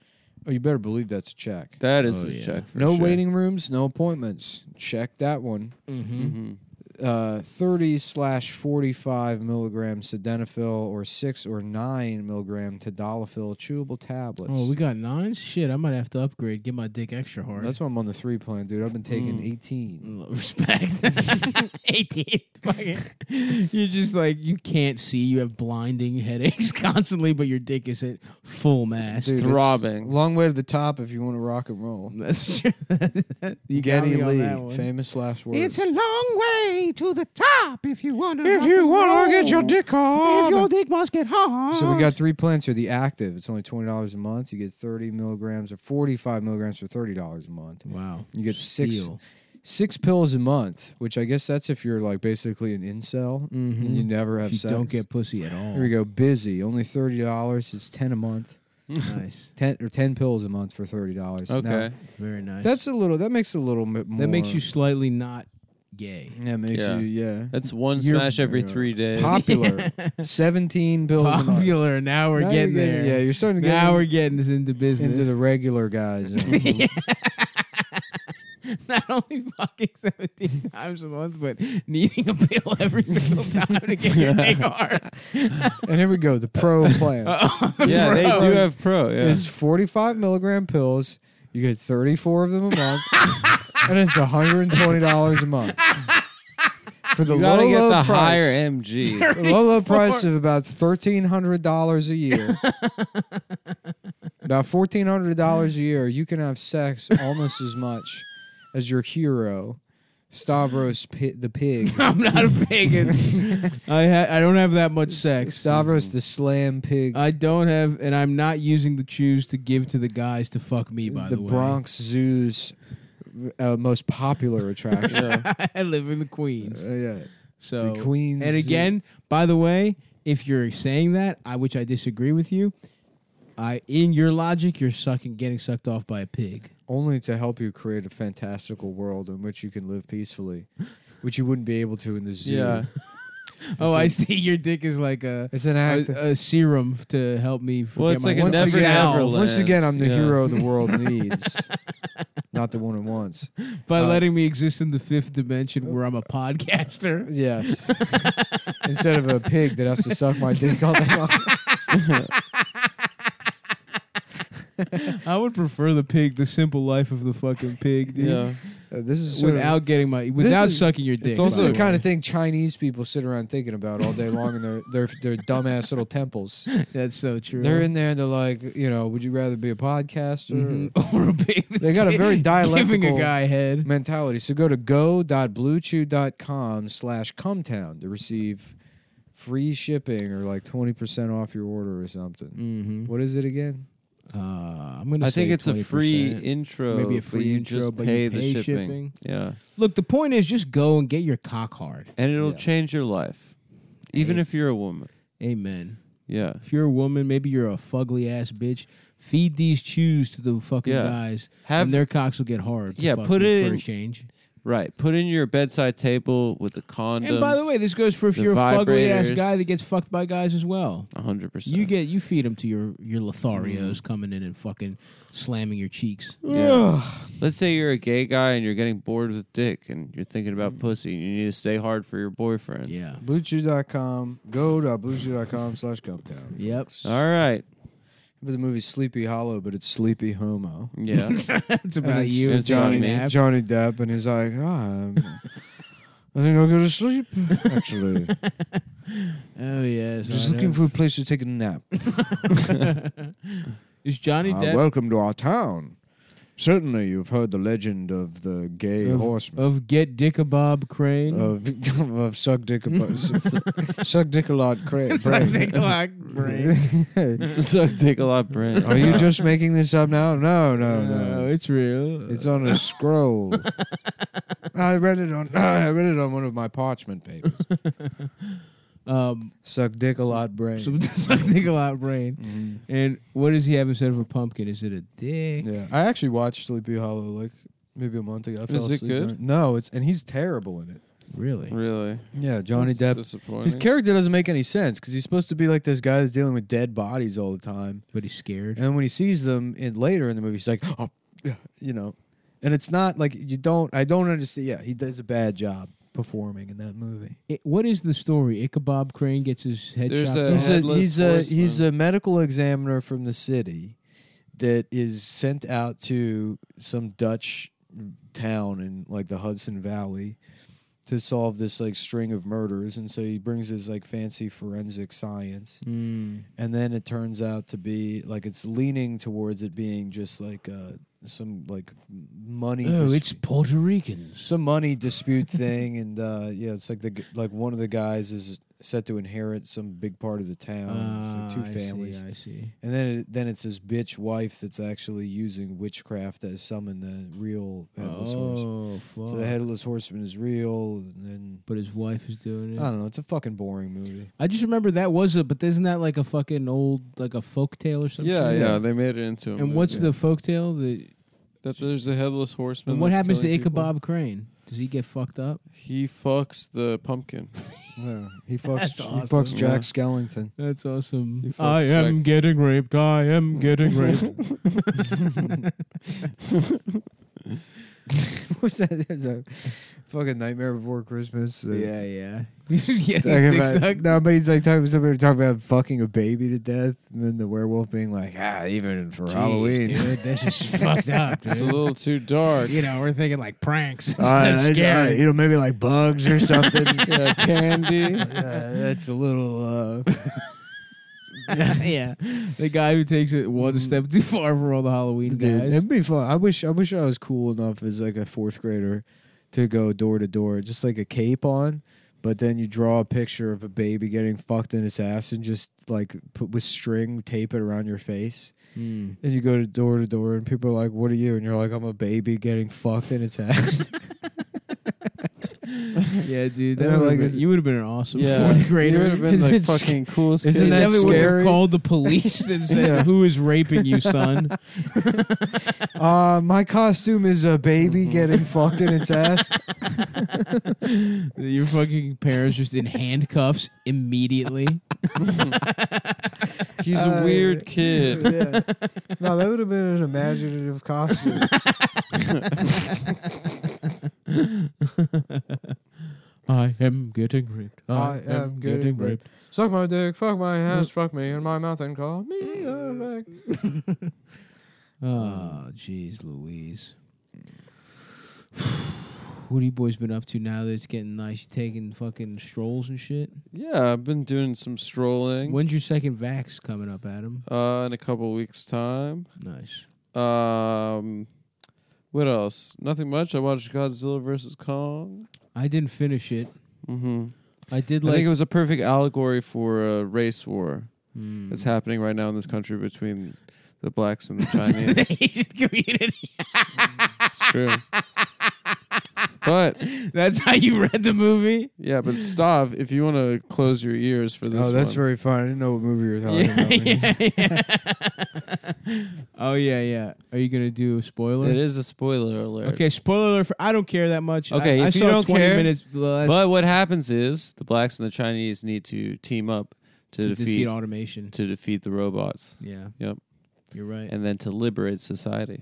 Oh, you better believe that's a check. That is Oh, a yeah. check for no sure. waiting rooms, no appointments. Check that one. Mm-hmm. Mhm. uh, 30 slash 45 milligram sildenafil or 6 or 9 milligram tadalafil chewable tablets. Oh, we got nine. Shit, I might have to upgrade. Get my dick extra hard. That's why I'm on the 3 plan, dude. I've been taking Mm. 18. respect. Eighteen. Fucking. You're just like you can't see. You have blinding headaches constantly, but your dick is at full mass. Dude, it's throbbing. Long way to the top if you want to rock and roll. That's true. you got Getty me on Lee, that one. famous last word. It's a long way to the top if you want to. If you wanna get your dick on. If your dick must get hard. So we got three plans here. The active, it's only twenty dollars a month. You get thirty milligrams or forty-five milligrams for thirty dollars a month. Wow. You get six Steal. six pills a month, which I guess that's if you're like basically an incel Mhm. and you never have If you sex. don't get pussy at all. Here we go. Busy, only thirty dollars. It's ten a month, nice. ten or ten pills a month for thirty dollars. Okay. Very nice. that's a little. That makes a little bit more. that makes you slightly not gay. That makes Yeah. you yeah. That's one You're- smash every yeah. three days. Popular, seventeen pills. a month. Popular. Now we're Now you're getting there. Yeah, you're starting to get now in- we're getting this into business. into the regular guys. not only fucking 17 times a month, but needing a pill every single time to get your dick hard. and here we go. The pro plan. Oh, Yeah, they bro. do have pro. Yeah. It's 45 milligram pills. You get 34 of them a month, and it's 120 dollars a month for the you low gotta get low the price. higher MG. the low low price of about thirteen hundred dollars a year. about fourteen hundred dollars a year, you can have sex almost as much as your hero, Stavros Pi- the pig. I'm not a pagan. I ha- I don't have that much sex. Stavros the slam pig. I don't have, and I'm not using the choose to give to the guys to fuck me. By the, way, Bronx Zoo's uh, most popular attraction. I live in the Queens, Uh, yeah. so the Queens. And again, by the way, if you're saying that, I which I disagree with you. I in your logic, you're sucking, getting sucked off by a pig. only to help you create a fantastical world in which you can live peacefully, which you wouldn't be able to in the zoo. yeah. Oh, I see. Your dick is like a It's an a, act. a serum to help me. Forget Well, it's my like a Once never again- never Salve. Once again, I'm the Yeah. hero the world needs, not the one it wants. by uh, letting me exist in the fifth dimension where I'm a podcaster. Yes. Instead of a pig that has to suck my dick all day long. I would prefer the pig, the simple life of the fucking pig, dude. Yeah. Uh, this is sort of- Without getting my, without is- sucking your dick. This is by the way. kind of thing Chinese people sit around thinking about all day long in their their, their dumbass little temples. that's so true. They're in there. They're like, you know, would you rather be a podcaster? Mhm. or a pig. that's Mm-hmm. They got a very giving dialectical a guy head. mentality. So go to go.bluechew.com slash cumtown to receive free shipping or like 20% off your order or something. Mm-hmm. What is it again? Uh, I'm gonna. I think say it's a free 20%. intro. Maybe a but free you intro, just but you pay the pay shipping. shipping. Yeah. Look, the point is just go and get your cock hard. And it'll Yeah. change your life. Even Hey. if you're a woman. Amen. Yeah. If you're a woman, maybe you're a fugly ass bitch. Feed these chews to the fucking Yeah. guys, Have and their cocks will get hard. to Yeah, fuck put with it for a in- change. right. Put in your bedside table with the condoms. And by the way, this goes for if the you're a fugly ass vibrators. guy that gets fucked by guys as well. hundred percent. You get you feed them to your your Lotharios coming in and fucking slamming your cheeks. Yeah. Let's say you're a gay guy and you're getting bored with dick and you're thinking about pussy and you need to stay hard for your boyfriend. Mm. Yeah. Bluechew.com. Go to bluechew.com slash cumtown. Yep. All right. But the movie's Sleepy Hollow, but it's Sleepy Homo. Yeah. That's And about it's- you and it's about Johnny me. Depp. Johnny Depp, and he's like, "Ah, I'm- I think I'll go to sleep, actually. Oh yes. Just I looking know. for a place to take a nap. Is Johnny "Ah, Depp welcome to our town. Certainly, you've heard the legend of the gay Of- horseman. of Get Dickabob Crane? of, of suck dick a suck dick a lot cra- brain. so take a lot, Brent. Are you just making this up now? No, no, no. it's It's, uh, real. on a scroll. I read it on I read it on one of my parchment papers. um Suck dick a lot brain. some something a lot brain. Mhm. And what does he have instead of a pumpkin? Is it a dick? Yeah, I actually watched Sleepy Hollow like maybe a month ago. I fell Is it asleep good? on it. No, it's and he's terrible in it. Really? really Yeah, Johnny That's Depp. Disappointing. His character doesn't make any sense because he's supposed to be like this guy that's dealing with dead bodies all the time. But he's scared. And when he sees them in later in the movie, he's like, oh, yeah," you know. And it's not like you don't. I don't understand. Yeah, he does a bad job, performing in that movie. It, what is the story? Ichabod Crane gets his head There's chopped a- off. He's a Headless he's a horseman. he's a medical examiner from the city that is sent out to some Dutch town in like the Hudson Valley to solve this like string of murders and so he brings his like fancy forensic science Mm. and then it turns out to be like it's leaning towards it being just like uh some like money Oh, dis- it's Puerto Ricans. some money dispute thing and uh yeah it's like the g- like one of the guys is set to inherit some big part of the town It's like Ah, I two see, families I see. and then it, then it's this bitch wife that's actually using witchcraft to summon the real headless horseman Oh, fuck. so the headless horseman is real and then but his wife is doing it. i don't know it's a fucking boring movie I just remember that was a, but isn't that like a fucking old, like a folk tale or something? yeah, yeah, they made it into. A And what's movie. the folk tale? The, that? There's the headless horseman. and what that's happens to killing people. Ichabod Crane? Does he get fucked up? He fucks the pumpkin. yeah, he fucks That's he awesome. fucks jack Yeah. skellington That's awesome. You fuck I am suck. getting raped. I am getting raped. What's that? There's a fucking Nightmare Before Christmas. uh, yeah. yeah, Talking dick about, sucked. no, but he's like talking. Somebody talking about fucking a baby to death, and then the werewolf being like, ah, even for Jeez, Halloween. dude, this is fucked up, It's a dude. little too dark. You know, we're thinking like pranks. It's All right, so all scary. right, Ah, uh, you know, maybe like bugs or something. Yeah, candy. Uh, that's a little. Uh, yeah, the guy who takes it one step too far for all the Halloween Mm. dude, guys. it'd be fun. I wish. I wish I was cool enough as like a fourth grader to go door to door, just like a cape on. But then you draw a picture of a baby getting fucked in its ass and just like put with string tape it around your face. Mm. And you go to door to door, and people are like, "What are you?" And you're like, "I'm a baby getting fucked in its ass." Yeah, dude, that Yeah, would've like, been- is- you would have been an awesome Yeah, fourth grader. You would have been Is the it sc- fucking coolest. Isn't kid. that Then we would've scary? called the police and said, Yeah. "Who is raping you, son?" uh, my costume is a baby getting fucked in its ass. Your fucking parents just in handcuffs immediately. He's a Uh, weird kid. Yeah. No, that would have been an imaginative costume. I am getting raped. I, I am, am getting, getting raped. Suck my dick, fuck my Mm. ass, fuck me in my mouth and call me a back. Oh, jeez, Louise. what have you boys been up to now that it's getting nice? You taking fucking strolls and shit? Yeah, I've been doing some strolling. When's your second vax coming up, Adam? Uh, in a couple weeks' time. Nice. Um, what else? Nothing much. I watched Godzilla vs Kong. I didn't finish it. Mm-hmm. I did I like. think it was a perfect allegory for a race war Hmm. that's happening right now in this country between the blacks and the Chinese. Asian community. it's true. But That's how you read the movie. yeah, but Stav, if you want to close your ears for this, oh, that's one. very fun. I didn't know what movie you were Oh, talking Yeah, about. yeah, yeah. oh yeah, yeah. Are you gonna do a spoiler? It is a spoiler alert. Okay, spoiler alert. For, I don't care that much. Okay, I, I if you saw don't 20 care, minutes the last But what happens is the blacks and the Chinese need to team up to, to defeat, defeat, automation. to defeat the robots, yeah. Yep. You're right. And, and then to liberate society.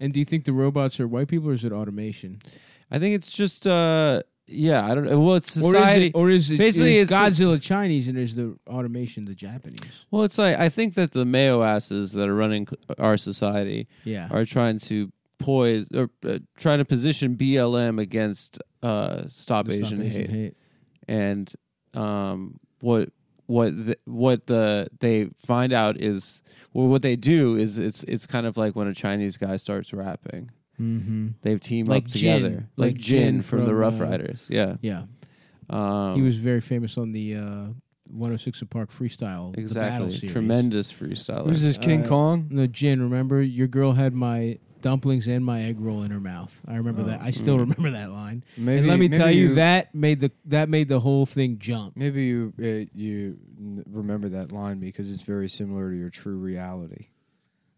do you think the robots are white people or is it automation? I think it's just uh yeah I don't well it's Or is society it, or is it Basically, is it's- Godzilla Chinese and is the automation the Japanese? well it's like I think that the mayo asses that are running c- our society Yeah. are trying to poise or uh, trying to position BLM against uh stop, The Stop Asian, hate. hate. and um what what the, what the they find out is well what they do is it's it's kind of like when a Chinese guy starts rapping Mm-hmm. they team Like up Jin. together Like like, Jin, Jin from, from, the Rough uh, Riders yeah Yeah. um, he was very famous on the uh, 106 and Park freestyle. the battle exactly series. tremendous freestyler Who's this King Uh, Kong? No, Jen, remember your girl had my dumplings and my egg roll in her mouth. I remember that. I still Mm. remember that line. Maybe, and let me maybe tell you, that made the that made the whole thing jump. Maybe you uh, you n- remember that line because it's very similar to your true reality,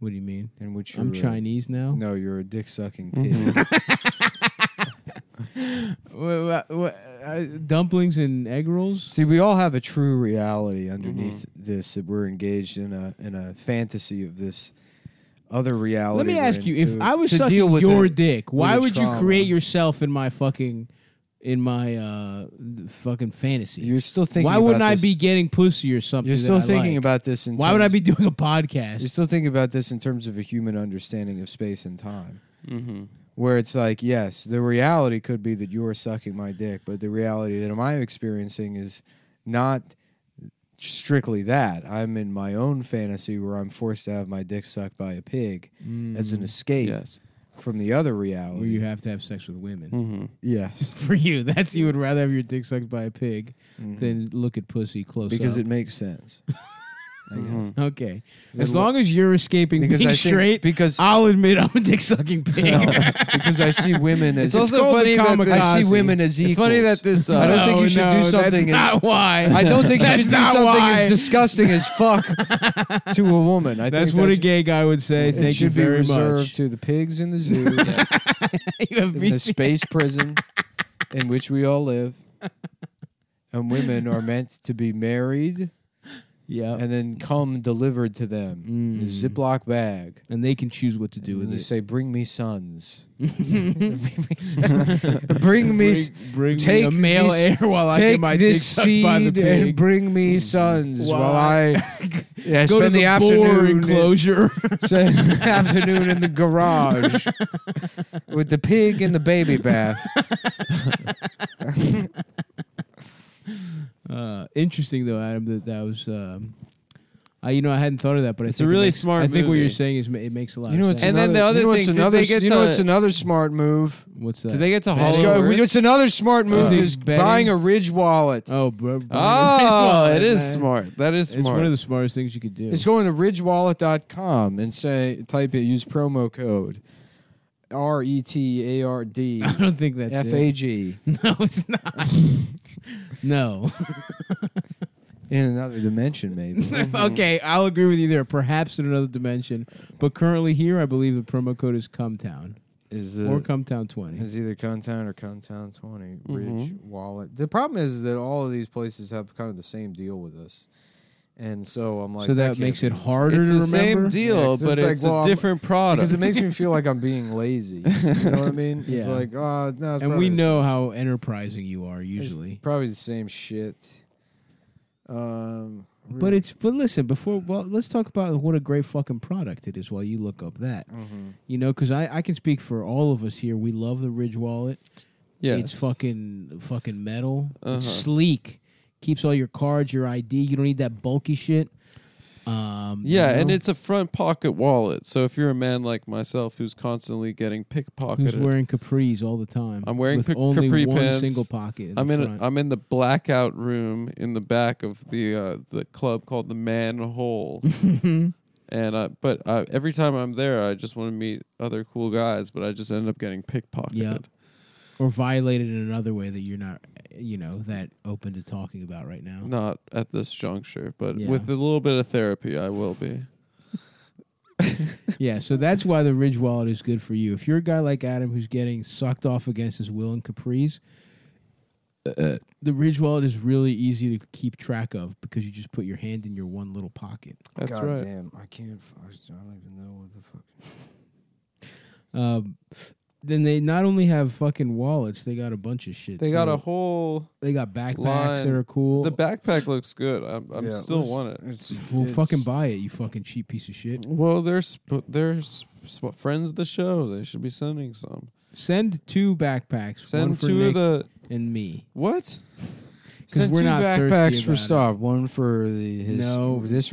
What do you mean? in which I'm you're a- Chinese now. Mm-hmm. No, you're a dick sucking pig. Mhm. Wha- wha- wha- uh, dumplings and egg rolls. See, we all have a true reality underneath Mm-hmm. this that we're engaged in a in a fantasy of this other reality. Let me we're ask in you: If to- I was to sucking deal with your it. dick, why a would you trauma. create yourself in my fucking in my uh th- fucking fantasy. You're still thinking. Why about wouldn't I this- be getting pussy or something? You're still that I thinking like? about this. In Why would I terms- be doing a You're podcast? still thinking about this in terms of a human understanding of space and time, Mm-hmm. where it's like, yes, the reality could be that you are sucking my dick, but the reality that I'm experiencing is not strictly that. I'm in my own fantasy where I'm forced to have my dick sucked by a pig as Mm-hmm. an escape Yes. from the other Mm. where reality. you have to have sex with Hmm. women. Mm-hmm. yes, For you, that's you would rather have your dick sucked by a pig Mhm. than look at pussy close because up. it makes sense. I guess. okay, as Then long as you're escaping Because being I think- straight, because I'll admit I'm a dick sucking pig. No, because I see women as It's also called funny the that the- I see kamikaze. women as equals. It's funny that this. Uh, I don't think you should Oh, no, do something That's as- not why. I don't think you That's should do not something why. as disgusting as fuck to a woman. I That's think what that a gay guy would say. should- it Thank you should be very reserved much. to the pigs in the zoo, You have in the been- space prison in which we all live. And women are meant to be married yeah, and, and then come delivered to them in Mm. a Ziploc bag. they can choose what to do And with they it. say, "Bring me sons. Bring me, s- bring take a male this- heir while I take get my dick this sucked by the seed and pig. bring me sons While while I- I, yeah, Go spend to the, boar afternoon in- enclosure. spend the afternoon in the garage with the pig and the baby bath. Uh, interesting though, Adam. That that was. Um, I you know I hadn't thought of that, but I It's a think it really makes- smart I think what movie. you're saying is ma- it makes a lot. You know, of it's And sense. then the another- other you know, thing, it's did another, they s- get you know, to- it's another smart move. what's that? Did they get to It's, Hollow go- Earth? it's another smart move. Uh, is betting? buying a Ridge wallet. oh, bro, bro- Oh, it's it is man. smart. That is It's one of smart. the smartest things you could do. It's going to ridgewallet.com and say type it. Use promo code R E T A R D I don't think that's F it. A G No, it's not. no. in another dimension, maybe. okay, I'll agree with you there. Perhaps in another dimension, but currently here, I believe the promo code is Cumtown is or the Cumtown Twenty. It's either Cuntown or Cuntown 20, Ridge, Mhm. Mm-hmm. Wallet. The problem is that all of these places have kind of the same deal with us. And so I'm like, so that can't makes be it right. harder it's to the remember. same deal, 'cause but it's like, it's well, a I'm- different product. Because it makes me feel like I'm being lazy. You know what I mean? It's Yeah. like, oh, no. it's and probably we the know same how enterprising you are shit. It's usually. probably the same shit. Um, But it's but listen before well let's talk about what a great fucking product it is while you look up that Mhm. you know because I I can speak for all of us here we love the Ridge Wallet Yes. it's fucking fucking metal Uh-huh. it's sleek keeps all your cards your ID you don't need that bulky shit um you Yeah, and know, it's a front pocket wallet. So if you're a man like myself who's constantly getting who's pickpocketed, wearing capris all the time I'm wearing with pic- only capri one pants. single pocket in I'm the in front. I'm in the blackout room in the back of the uh, the club called the Manhole. and uh, but uh, every time I'm there, I just want to meet other cool guys, but I just end up getting pickpocketed. Yep. or violated in another way that you're not you know that open to talking about right now Not at this juncture, but Yeah. with a little bit of therapy, I will be. Yeah, so that's why the Ridge Wallet is good for you. If you're a guy like Adam who's getting sucked off against his will and capris, the Ridge Wallet is really easy to keep track of because you just put your hand in your one little pocket. That's God right. damn. I can't. f- I don't even know what the fuck. Um, then they not only have fucking wallets, they got a bunch of shit. They got too. a whole. they got backpacks line. that are cool. The backpack looks good. I'm, I'm Yeah, still let's- want it. It's, well, it's- fucking buy it, you fucking cheap piece of shit. Well, they're sp- they're sp- friends of the show. They should be sending some. Send two backpacks. one Send for two Nick of the and me. what? Because Send we're two not thirsty backpacks for about it. Stav. One for the his No. this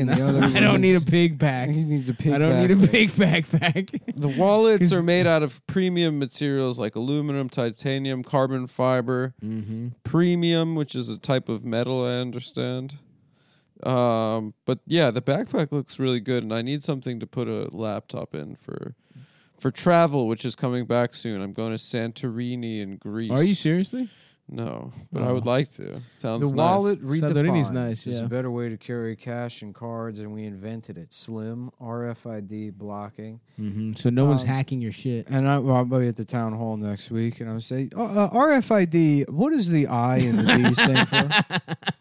and the other. I don't is- need a pig pack. He needs a pig. I don't need a big backpack. The wallets are made out of premium materials like aluminum, titanium, carbon fiber, Mm-hmm. premium, which is a type of metal. I understand. Um, but yeah, the backpack looks really good, and I need something to put a laptop in for for travel, which is coming back soon. I'm going to Santorini in Greece. Are you seriously? No, but I Oh. would like to. Sounds The nice. wallet Saldarini's redefined. nice, It's yeah. a better way to carry cash and cards, and we invented it. Slim RFID blocking. Mm-hmm. So no one's Um, hacking your shit. And I, well, I'll be at the town hall next week, and I'll say, oh, uh, RFID, what does the I and the D stand for?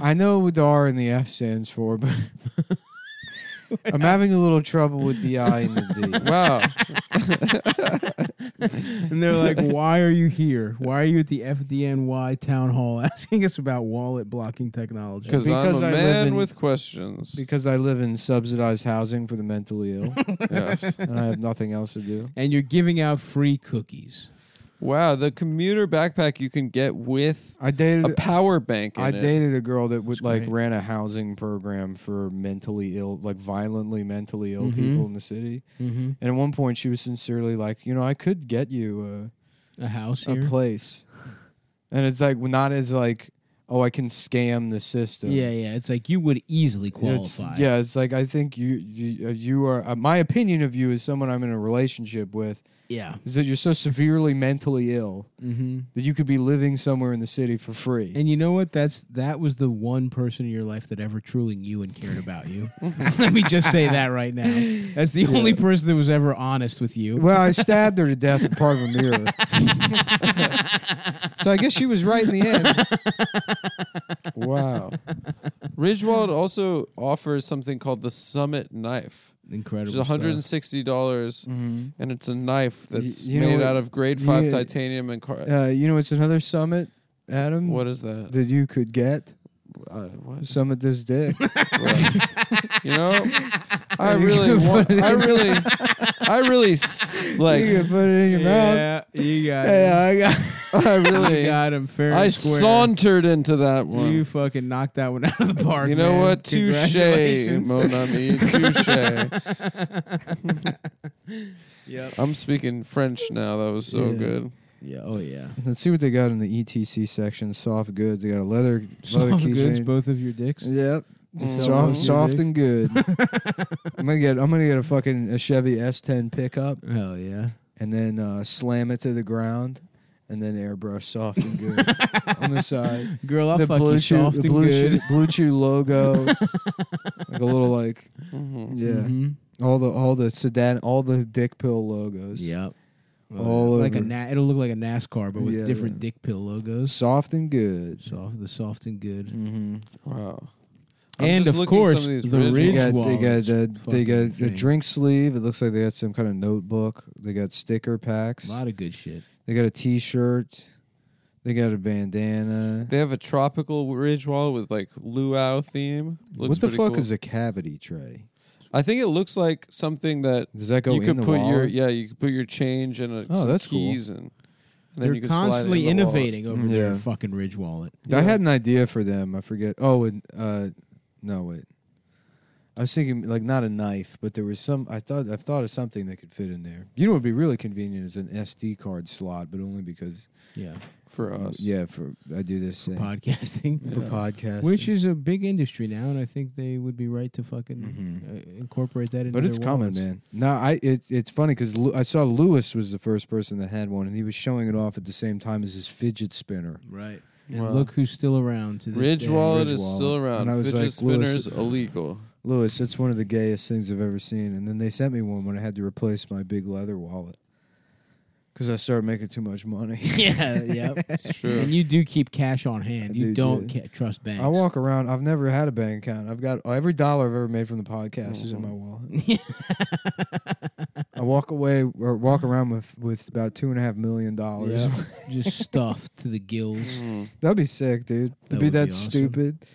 I know what the R and the F stands for, but I'm having a little trouble with the I and the D. Wow. and they're like, "Why are you here? Why are you at the FDNY town hall asking us about wallet blocking technology?" Because I'm a Because I live man in- with questions. Because I live in subsidized housing for the mentally ill, Yes. and I have nothing else to do. and you're giving out free cookies. Wow, the commuter backpack you can get with I a dated. power bank. In I it. dated a girl that would It's like great. ran a housing program for mentally ill, like violently mentally ill Mhm. people in the city. Mm-hmm. And at one point, she was sincerely like, you know, I could get you A house a, a here. place, and it's like not as like, oh, I can scam the system. yeah, yeah. It's like you would easily It's- qualify. uh, yeah, it's like I think you you, you are. Uh, my opinion of you as someone I'm in a relationship with yeah. is that you're so severely mentally ill Mm-hmm. that you could be living somewhere in the city for free. And you know what? That's that was the one person in your life that ever truly knew and cared about you. Let me just say that right now. That's the only person that was ever honest with you. well, I stabbed her to death with part of a mirror. so I guess she was right in the end. Wow. Ridgewald also offers something called the Summit Knife, which Incredible. is $160, and it's a knife Y- that's you know made what- out of grade 5 yeah. titanium and car. Uh, you know, it's another summit, Adam. what is that? that you could get? Uh, what? Summit this dick. you know, I really want. I really, I really s- like. you could put it in your mouth. Yeah, you got him. I got. I You really. got him fair and I square. sauntered into that one. You You, fucking knocked that one out of the park. know man. what? Touche, Congratulations. mon ami. Touche. I'm speaking French now. That was so Yeah. good. Yeah. Oh yeah. Let's see what they got in the ETC section. Soft goods. They got a leather leather Soft goods, keychain. both of your dicks. Yep. Mm. Soft, Mhm. soft and good. I'm gonna get. I'm gonna get a fucking a Chevy S10 pickup Hell yeah. and then uh, slam it to the ground and then airbrush soft and good on the side. Girl, I'll the fuck you blue chew, soft the and blue good. chew, blue chew logo, like a little like Mhm. yeah, Mhm. all the all the sedan, all the dick pill logos. Yep. All like over. a na- it'll look like a NASCAR, but with Yeah, different yeah. dick pill logos. soft and good. Soft, the soft and good, Mm-hmm. Wow. and just of looking at course some of these the Ridge They ridge got, they walls. got, uh, they fucking got a thing. drink sleeve. It looks like they got some kind of notebook. They got sticker packs. A lot of good shit. They got a T-shirt. They got a bandana. They have a tropical ridge wall with like luau theme. Looks what the pretty fuck cool. is a cavity tray? I think it looks like something that Does that go you in could the put your wallet? yeah, you could put your change and a, Oh, some that's cool. keys in. and then They're you could slide it constantly in the wallet. innovating over Mm, their yeah. fucking ridge wallet. I Yeah. had an idea for them. I forget. Oh, and uh, no, wait. I was thinking like not a knife, but there was some. I thought I've thought of something that could fit in there. You know, what would be really convenient is an SD card slot, but only because Yeah, for us. yeah, for I do this thing. podcasting, for podcast, which is a big industry now, and I think they would be right to fucking uh, incorporate that. Into Mm-hmm. But it's their common, wallets. man. No, I it's it's funny because I saw Lewis was the first person that had one, and he was showing it off at the same time as his fidget spinner. Right. And Wow. look who's still around. To this Ridge day. wallet Ridge is wallet. still around. And I was Fidget like, spinners Lewis- illegal. Lewis, that's one of the gayest things I've ever seen. And then they sent me one when I had to replace my big leather wallet because I started making too much money. yeah, yep. It's true. and you do keep cash on hand. I you do, don't yeah. ca- trust banks. I walk around. I've never had a bank account. I've got every dollar I've ever made from the podcast is in Mm-hmm. my wallet. I walk away or walk around with with about two and a half million dollars. Yeah. just stuffed to the gills. Mm. That'd be sick, dude. To That be would be that awesome. stupid.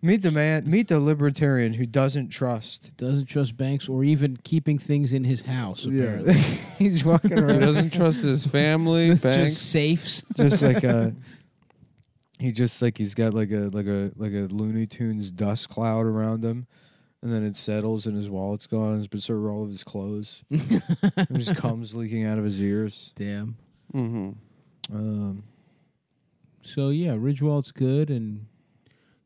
Meet the man. Meet the libertarian who doesn't trust. Doesn't trust banks or even keeping things in his house. Yeah, Apparently, he's walking He around doesn't trust his family, It's banks. just safes. just like a. He just like he's got like a like a like a Looney Tunes dust cloud around him, and then it settles and his wallet's gone. And but so are all of his clothes. it just comes leaking out of his ears. Damn. hmm Um, So yeah, Ridgewald's good, and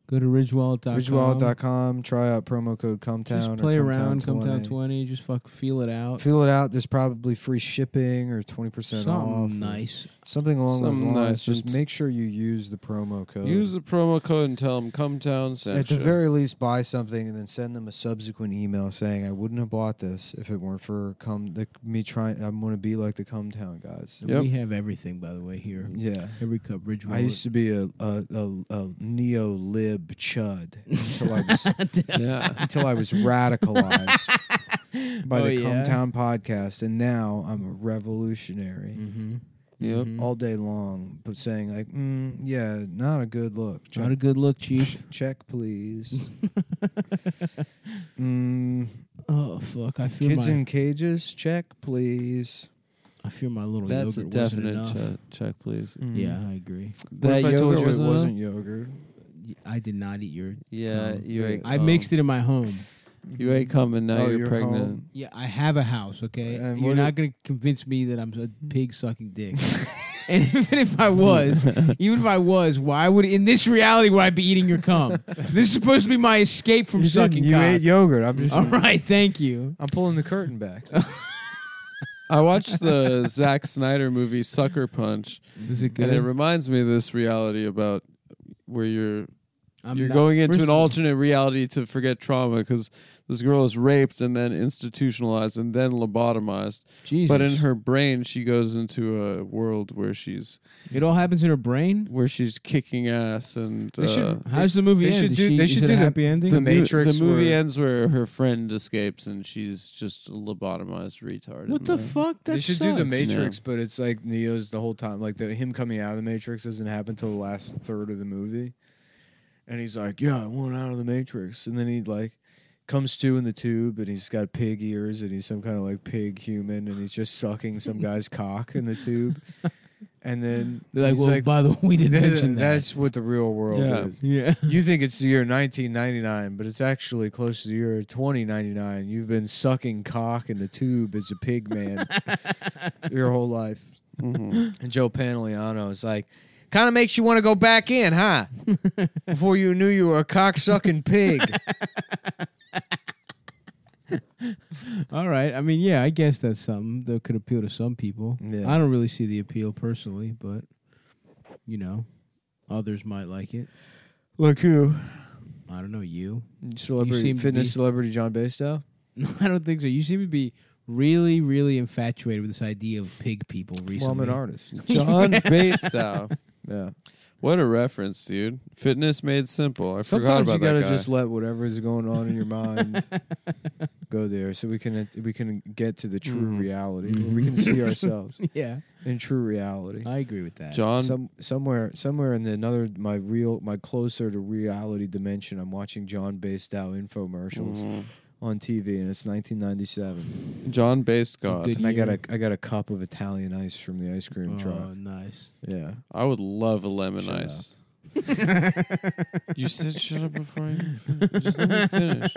go to Ridgewald.com. Ridgewallet.com. Try out promo code Cometown. Just or play Cometown around, uh, come down 20. twenty. Just fuck, feel it out. Fill it out. There's probably free shipping or twenty percent off. or- Something nice. Something along Something those lines. nice. Just It's- make sure you use the promo code. Use the promo code and tell them come town central. at the very least, buy something and then send them a subsequent email saying, "I wouldn't have bought this if it weren't for come the me trying. I'm going to be like the come town guys." Yep. We have everything, by the way, here. Yeah, Every cup, Ridgewald. Mm-hmm. I used to be a a, a, a neo lib chud until I was yeah. until I was radicalized. by Oh, the yeah? Cometown podcast, and now I'm a revolutionary Mm-hmm. Yep. all day long, but saying like, mm, yeah, not a good look. Check, Not a good look, Chief. check please. mm, oh fuck! I fear kids my in cages, check please. I fear my little That's a yogurt wasn't definite enough. check, check, please. Mm. Yeah, I agree. What That if I yogurt told you it wasn't enough? wasn't yogurt? Y- I did not eat your. Yeah, Um, you ate. I mixed it in my home. You ain't coming now. Oh, you're, you're pregnant. home. Yeah, I have a house. Okay, And you're what Mm-hmm. not if- going to convince me that I'm a pig sucking dick. and even if I was, even if I was, why would in this reality would I be eating your cum? this is supposed to be my escape from You didn't. sucking You cock. ate yogurt. I'm just. All right, thank you. I'm pulling the curtain back. I watched the Zack Snyder movie Sucker Punch, Is it and it reminds me of this reality about where you're I'm you're not- going into first an of all, alternate reality to forget trauma because this girl is raped and then institutionalized and then lobotomized. Jesus. But in her brain, she goes into a world where she's it all happens in her brain. where she's kicking ass and They should- uh, How's the movie they end? should Is do- she- they is should it do a the- happy ending. the mo- Matrix The movie where- ends where her friend escapes and she's just a lobotomized retard. what in the fuck? That they should do the sucks. Matrix, but it's like Neo's the whole time. Like the him coming out of the Matrix doesn't happen till the last third of the movie, and he's like, "Yeah, I want out of the Matrix," and then he like comes to in the tube, and he's got pig ears, and he's some kind of like pig human, and he's just sucking some guy's cock in the tube, and then They're like, he's well, by the way, we didn't "That- mention that. That's what the real world Yeah. is. yeah. You think it's the year 1999, but it's actually close to the year 2099. You've been sucking cock in the tube as a pig man your whole life. Mhm. And Joe Pantoliano is like, kind of makes you want to go back in, huh? Before you knew you were a cock sucking pig. All right. I mean, yeah, I guess that's something that could appeal to some people. Yeah. I don't really see the appeal personally, but you know, others might like it. Look who. I don't know you. You Celebrity, seem to fitness be- celebrity John Bastow. No, I don't think so. You seem to be really, really infatuated with this idea of pig people recently. Well, I'm an artist. John Bastow. Yeah. What a reference, dude! Fitness made simple. I forgot Sometimes about you gotta that guy. just let whatever is going on in your mind go there, so we can we can get to the true Mhm. reality. Mhm. We can see ourselves Yeah, in true reality. I agree with that. John, Some somewhere somewhere in the another my real my closer to reality dimension, I'm watching John Bastow infomercials Mhm. on TV, and it's 1997, John based God. Good and I got a year. I got a cup of Italian ice from the ice cream Oh, truck. nice. Yeah, I would love a lemon Shut ice. you said shut up before I even finished. Just let me finish.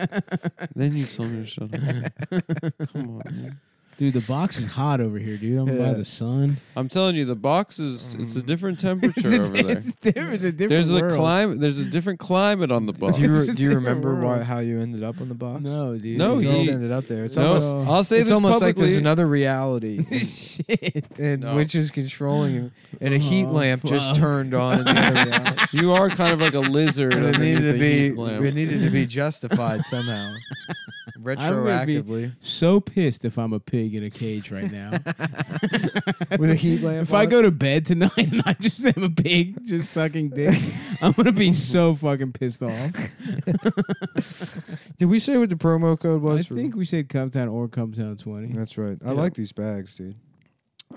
Then you told me to shut up. Come on, man. Dude, the box is hot over here, dude. I'm by Yeah. the sun. I'm telling you, the box is it's a different temperature It's a- over there. it's there is a different There's a world. climate. There's a different climate on the box. do you It's re- a do you different remember why world. how you ended up on the box? No, dude. No, you It's all- just he- ended up there. It's no, almost I'll say it's this almost like publicly. there's another reality. Shit. and No. which is controlling him. And a heat Oh, lamp just fuck. turned on. In the other reality. you are kind of like a lizard. and it needed to be it be. needed to be justified somehow, gonna be- retroactively So pissed if I'm a pig in a cage right now. with a heat lamp. If I on it. go to bed tonight and I just am a pig just sucking dick, I'm gonna be so fucking pissed off. did we say what the promo code was? I for- think we said Cumtown or Cumtown twenty. that's right. I Yeah. like these bags, dude.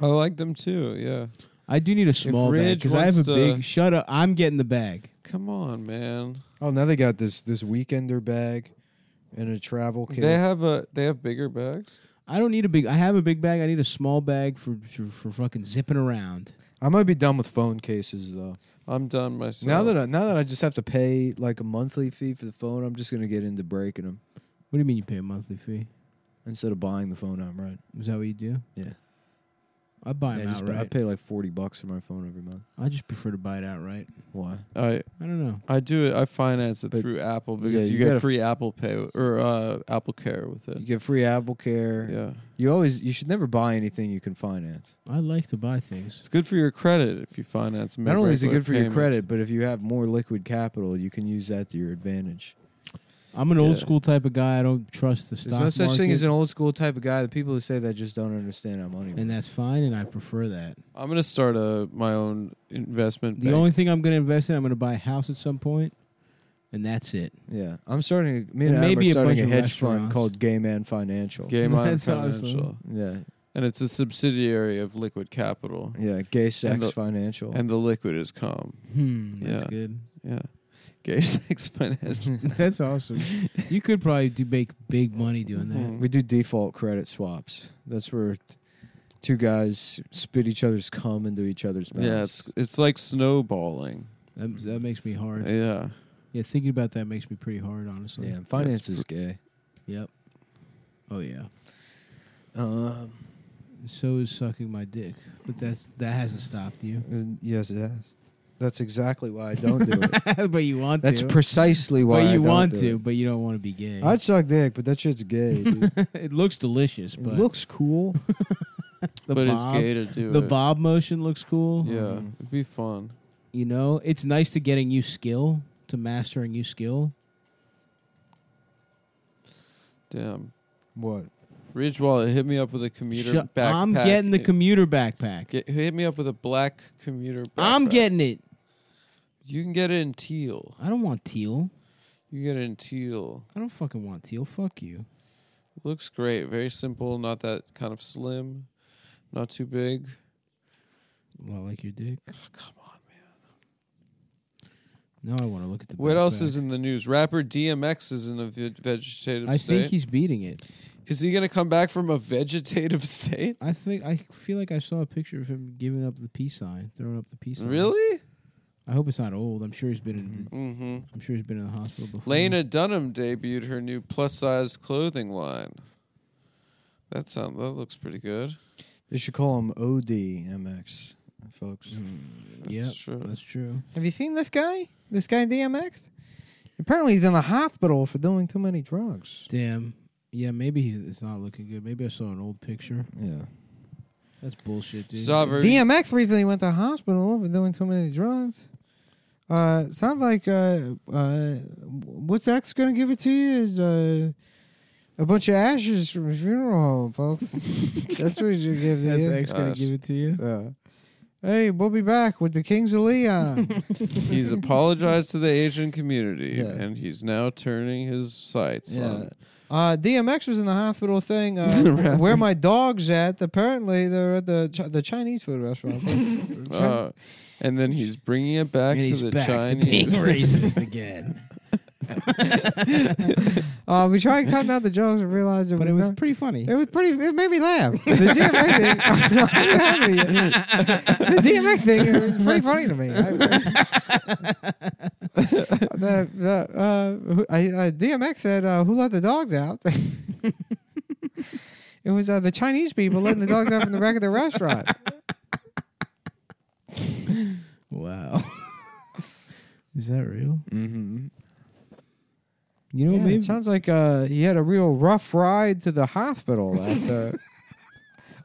I like them too. Yeah. I do need a small bag Ridge because I have a wants to- big. Shut up! I'm getting the bag. Come on, man. Oh, now they got this this weekender bag and a travel kit. They have a they have bigger bags. I don't need a big. I have a big bag. I need a small bag for for, for fucking zipping around. I might be done with phone cases though. I'm done myself. now that I, now that I just have to pay like a monthly fee for the phone, I'm just gonna get into breaking them What do you mean you pay a monthly fee? instead of buying the phone outright. Is that what you do? Yeah. I buy I, them just, I outright. pay like forty bucks for my phone every month. I just prefer to buy it outright. Why? I I don't know. I do it. I finance it But- through Apple because Yeah, you, you get gotta- free Apple Pay or uh, Apple Care with You it. get free Apple Care. Yeah, You always you should never buy anything you can finance. I like to buy things. it's good for your credit if you finance. Not only is it mid-regular good for your payments. credit, but if you have more liquid capital, you can use that to your advantage. I'm an old Yeah. school type of guy. I don't trust the There's stock no such market, thing as an old school type of guy. The people who say that just don't understand how money. and works. that's fine. And I prefer that. I'm gonna start a my own investment. The bank. only thing I'm going to invest in, I'm going to buy a house at some point, and that's it. Yeah, I'm starting. Me and, And Adam maybe are a starting bunch a of hedge fund restaurants. called Gay Man Financial. Game on That's awesome. Financial, Yeah, and it's a subsidiary of Liquid Capital, yeah, Gay Sex the- Financial. and the liquid is calm. Hmm, that's Yeah. good. Yeah, Gay Sex Financial. That's awesome. You could probably do make big money doing that. Mhm. we do default credit swaps. That's where t- two guys spit each other's cum into each other's mouths. yeah, it's it's like snowballing. Mm-hmm. That, that makes me hard. Yeah, Yeah, thinking about that makes me pretty hard, honestly. yeah. and Finance is gay. Yep. Oh yeah. Um, So is sucking my dick, but that's that hasn't stopped you. yes, it has. That's exactly why I don't do it. but you want That's to. precisely why. but I you don't want do to, it. but you don't want to be gay. I'd suck dick, but that shit's gay. Dude. It it looks delicious, but looks cool. the but bob, it's gay to do the it. bob Mm-hmm. motion looks cool. Yeah, Mhm. it'd be fun. You know, it's nice to getting new skill, to mastering new skill. Damn. What? Ridge Wallet, hit me up with a commuter Shut- backpack. I'm getting the Hit- commuter backpack. Get, hit me up with a black commuter backpack. I'm getting it. You can get it in teal. I don't want teal. You get it in teal. I don't fucking want teal. Fuck you. Looks great. Very simple. Not that kind of slim. Not too big. Well, I like your dick. Come on, man. Now I want to look at the. What else backpack. is in the news? Rapper DMX is in a ve- vegetative I state. think he's beating it. is he gonna come back from a vegetative state? I think I feel like I saw a picture of him giving up the peace sign, throwing up the peace sign. Really? I hope it's not old. I'm sure he's been in. Mm-hmm. uh, I'm sure he's been in the hospital before. Lena Dunham debuted her new plus-size clothing line. That sound that looks pretty good. They should call him ODMX, folks. That's Yeah, true. that's true. Have you seen this guy? This guy DMX? Apparently he's in the hospital for doing too many drugs. Damn. Yeah, maybe he's, it's not looking good. Maybe I saw an old picture. Yeah. That's bullshit, dude. Saw ver- DMX recently went to the hospital for doing too many drugs. Uh, sounds like uh, uh, what's X gonna give it to you is uh, a bunch of ashes from a funeral home, folks. That's what you give to That's you. X gonna Gosh. give it to you. Uh, hey, we'll be back with the Kings of Leon. he's apologized to the Asian community, Yeah. and he's now turning his sights on. Uh, DMX was in the hospital saying uh, where my dog's at. Apparently, they're at the Chi- the Chinese food restaurant. Uh, and then he's bringing it back to and he's the back to being Chinese. racist again. uh, we tried cutting out the jokes and realized it But was, it was not- pretty funny. It was pretty. It made me laugh. The DMX thing. I'm happy with you. the DMX thing it was pretty funny to me. I, the, the, uh, who- I, I, DMX said, uh, "Who let the dogs out?" it was uh, the Chinese people letting the dogs out from the back of the restaurant. Wow. is that real? Mm-hmm. You know, Yeah, maybe it sounds like uh, he had a real rough ride to the hospital after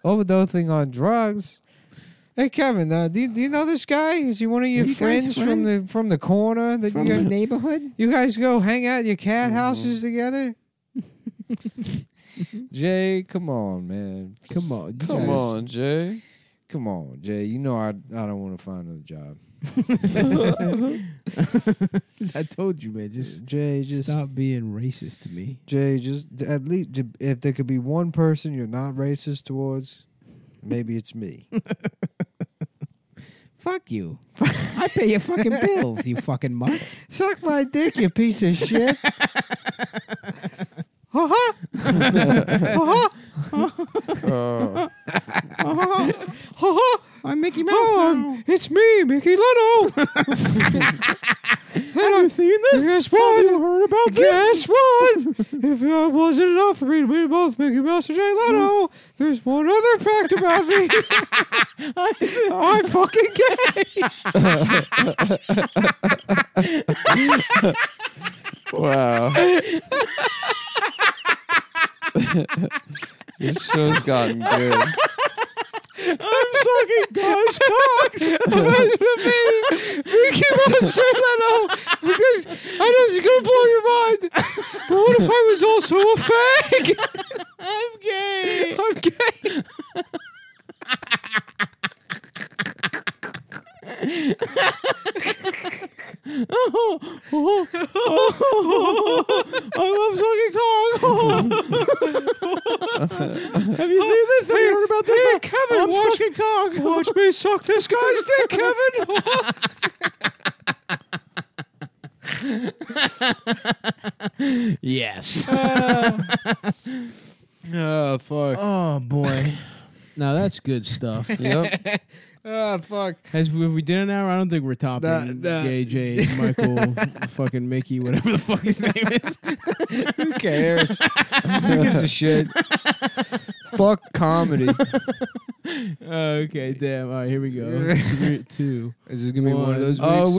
overdosing on drugs. Hey Kevin, uh, do, you, do you know this guy? Is he one of your you guys friends, from the from the Mm-hmm. corner that you guys, neighborhood. you guys go hang out at your cat houses together? Jay, come on, man. Come on, you Come guys- on, Jay. Come on, Jay. You know I I don't want to find another job. I told you, man. Just Jay, just stop being racist to me. Jay, just at least if there could be one person you're not racist towards, maybe it's me. Fuck you. I pay your fucking bills, you fucking mutt. Suck my dick, you piece of shit. Uh-huh. Uh-huh. Uh, Uh-huh. I'm Mickey Mouse. Oh, um, it's me, Mickey Leno. Have you seen this? Guess what? you heard about guess what? if it wasn't enough for me to be both Mickey Mouse and Jay Leno, there's one other fact about me. I'm fucking gay. wow. this show's gotten good. Guys, Fox. Imagine if me, Mickey Mouse and Jay Leno. Because I know this is gonna blow your mind, but what if I was also a fag? I'm gay. I'm gay. I love Donkey Kong. Have you seen this? Have you heard about this? Hey, Kevin, I'm watch, Kong. Watch me suck this guy's dick, Kevin. Yes. Oh fuck. oh boy. Now that's good stuff. Yep. Ah, fuck. As we, if we did an hour, I don't think we're topping That- that- JJ, Michael, fucking Mickey, whatever the fuck his name is. Who cares? Who gives a shit? fuck comedy. okay, damn. All right, here we go. Three, two. Is this gonna be one, of those? One. weeks?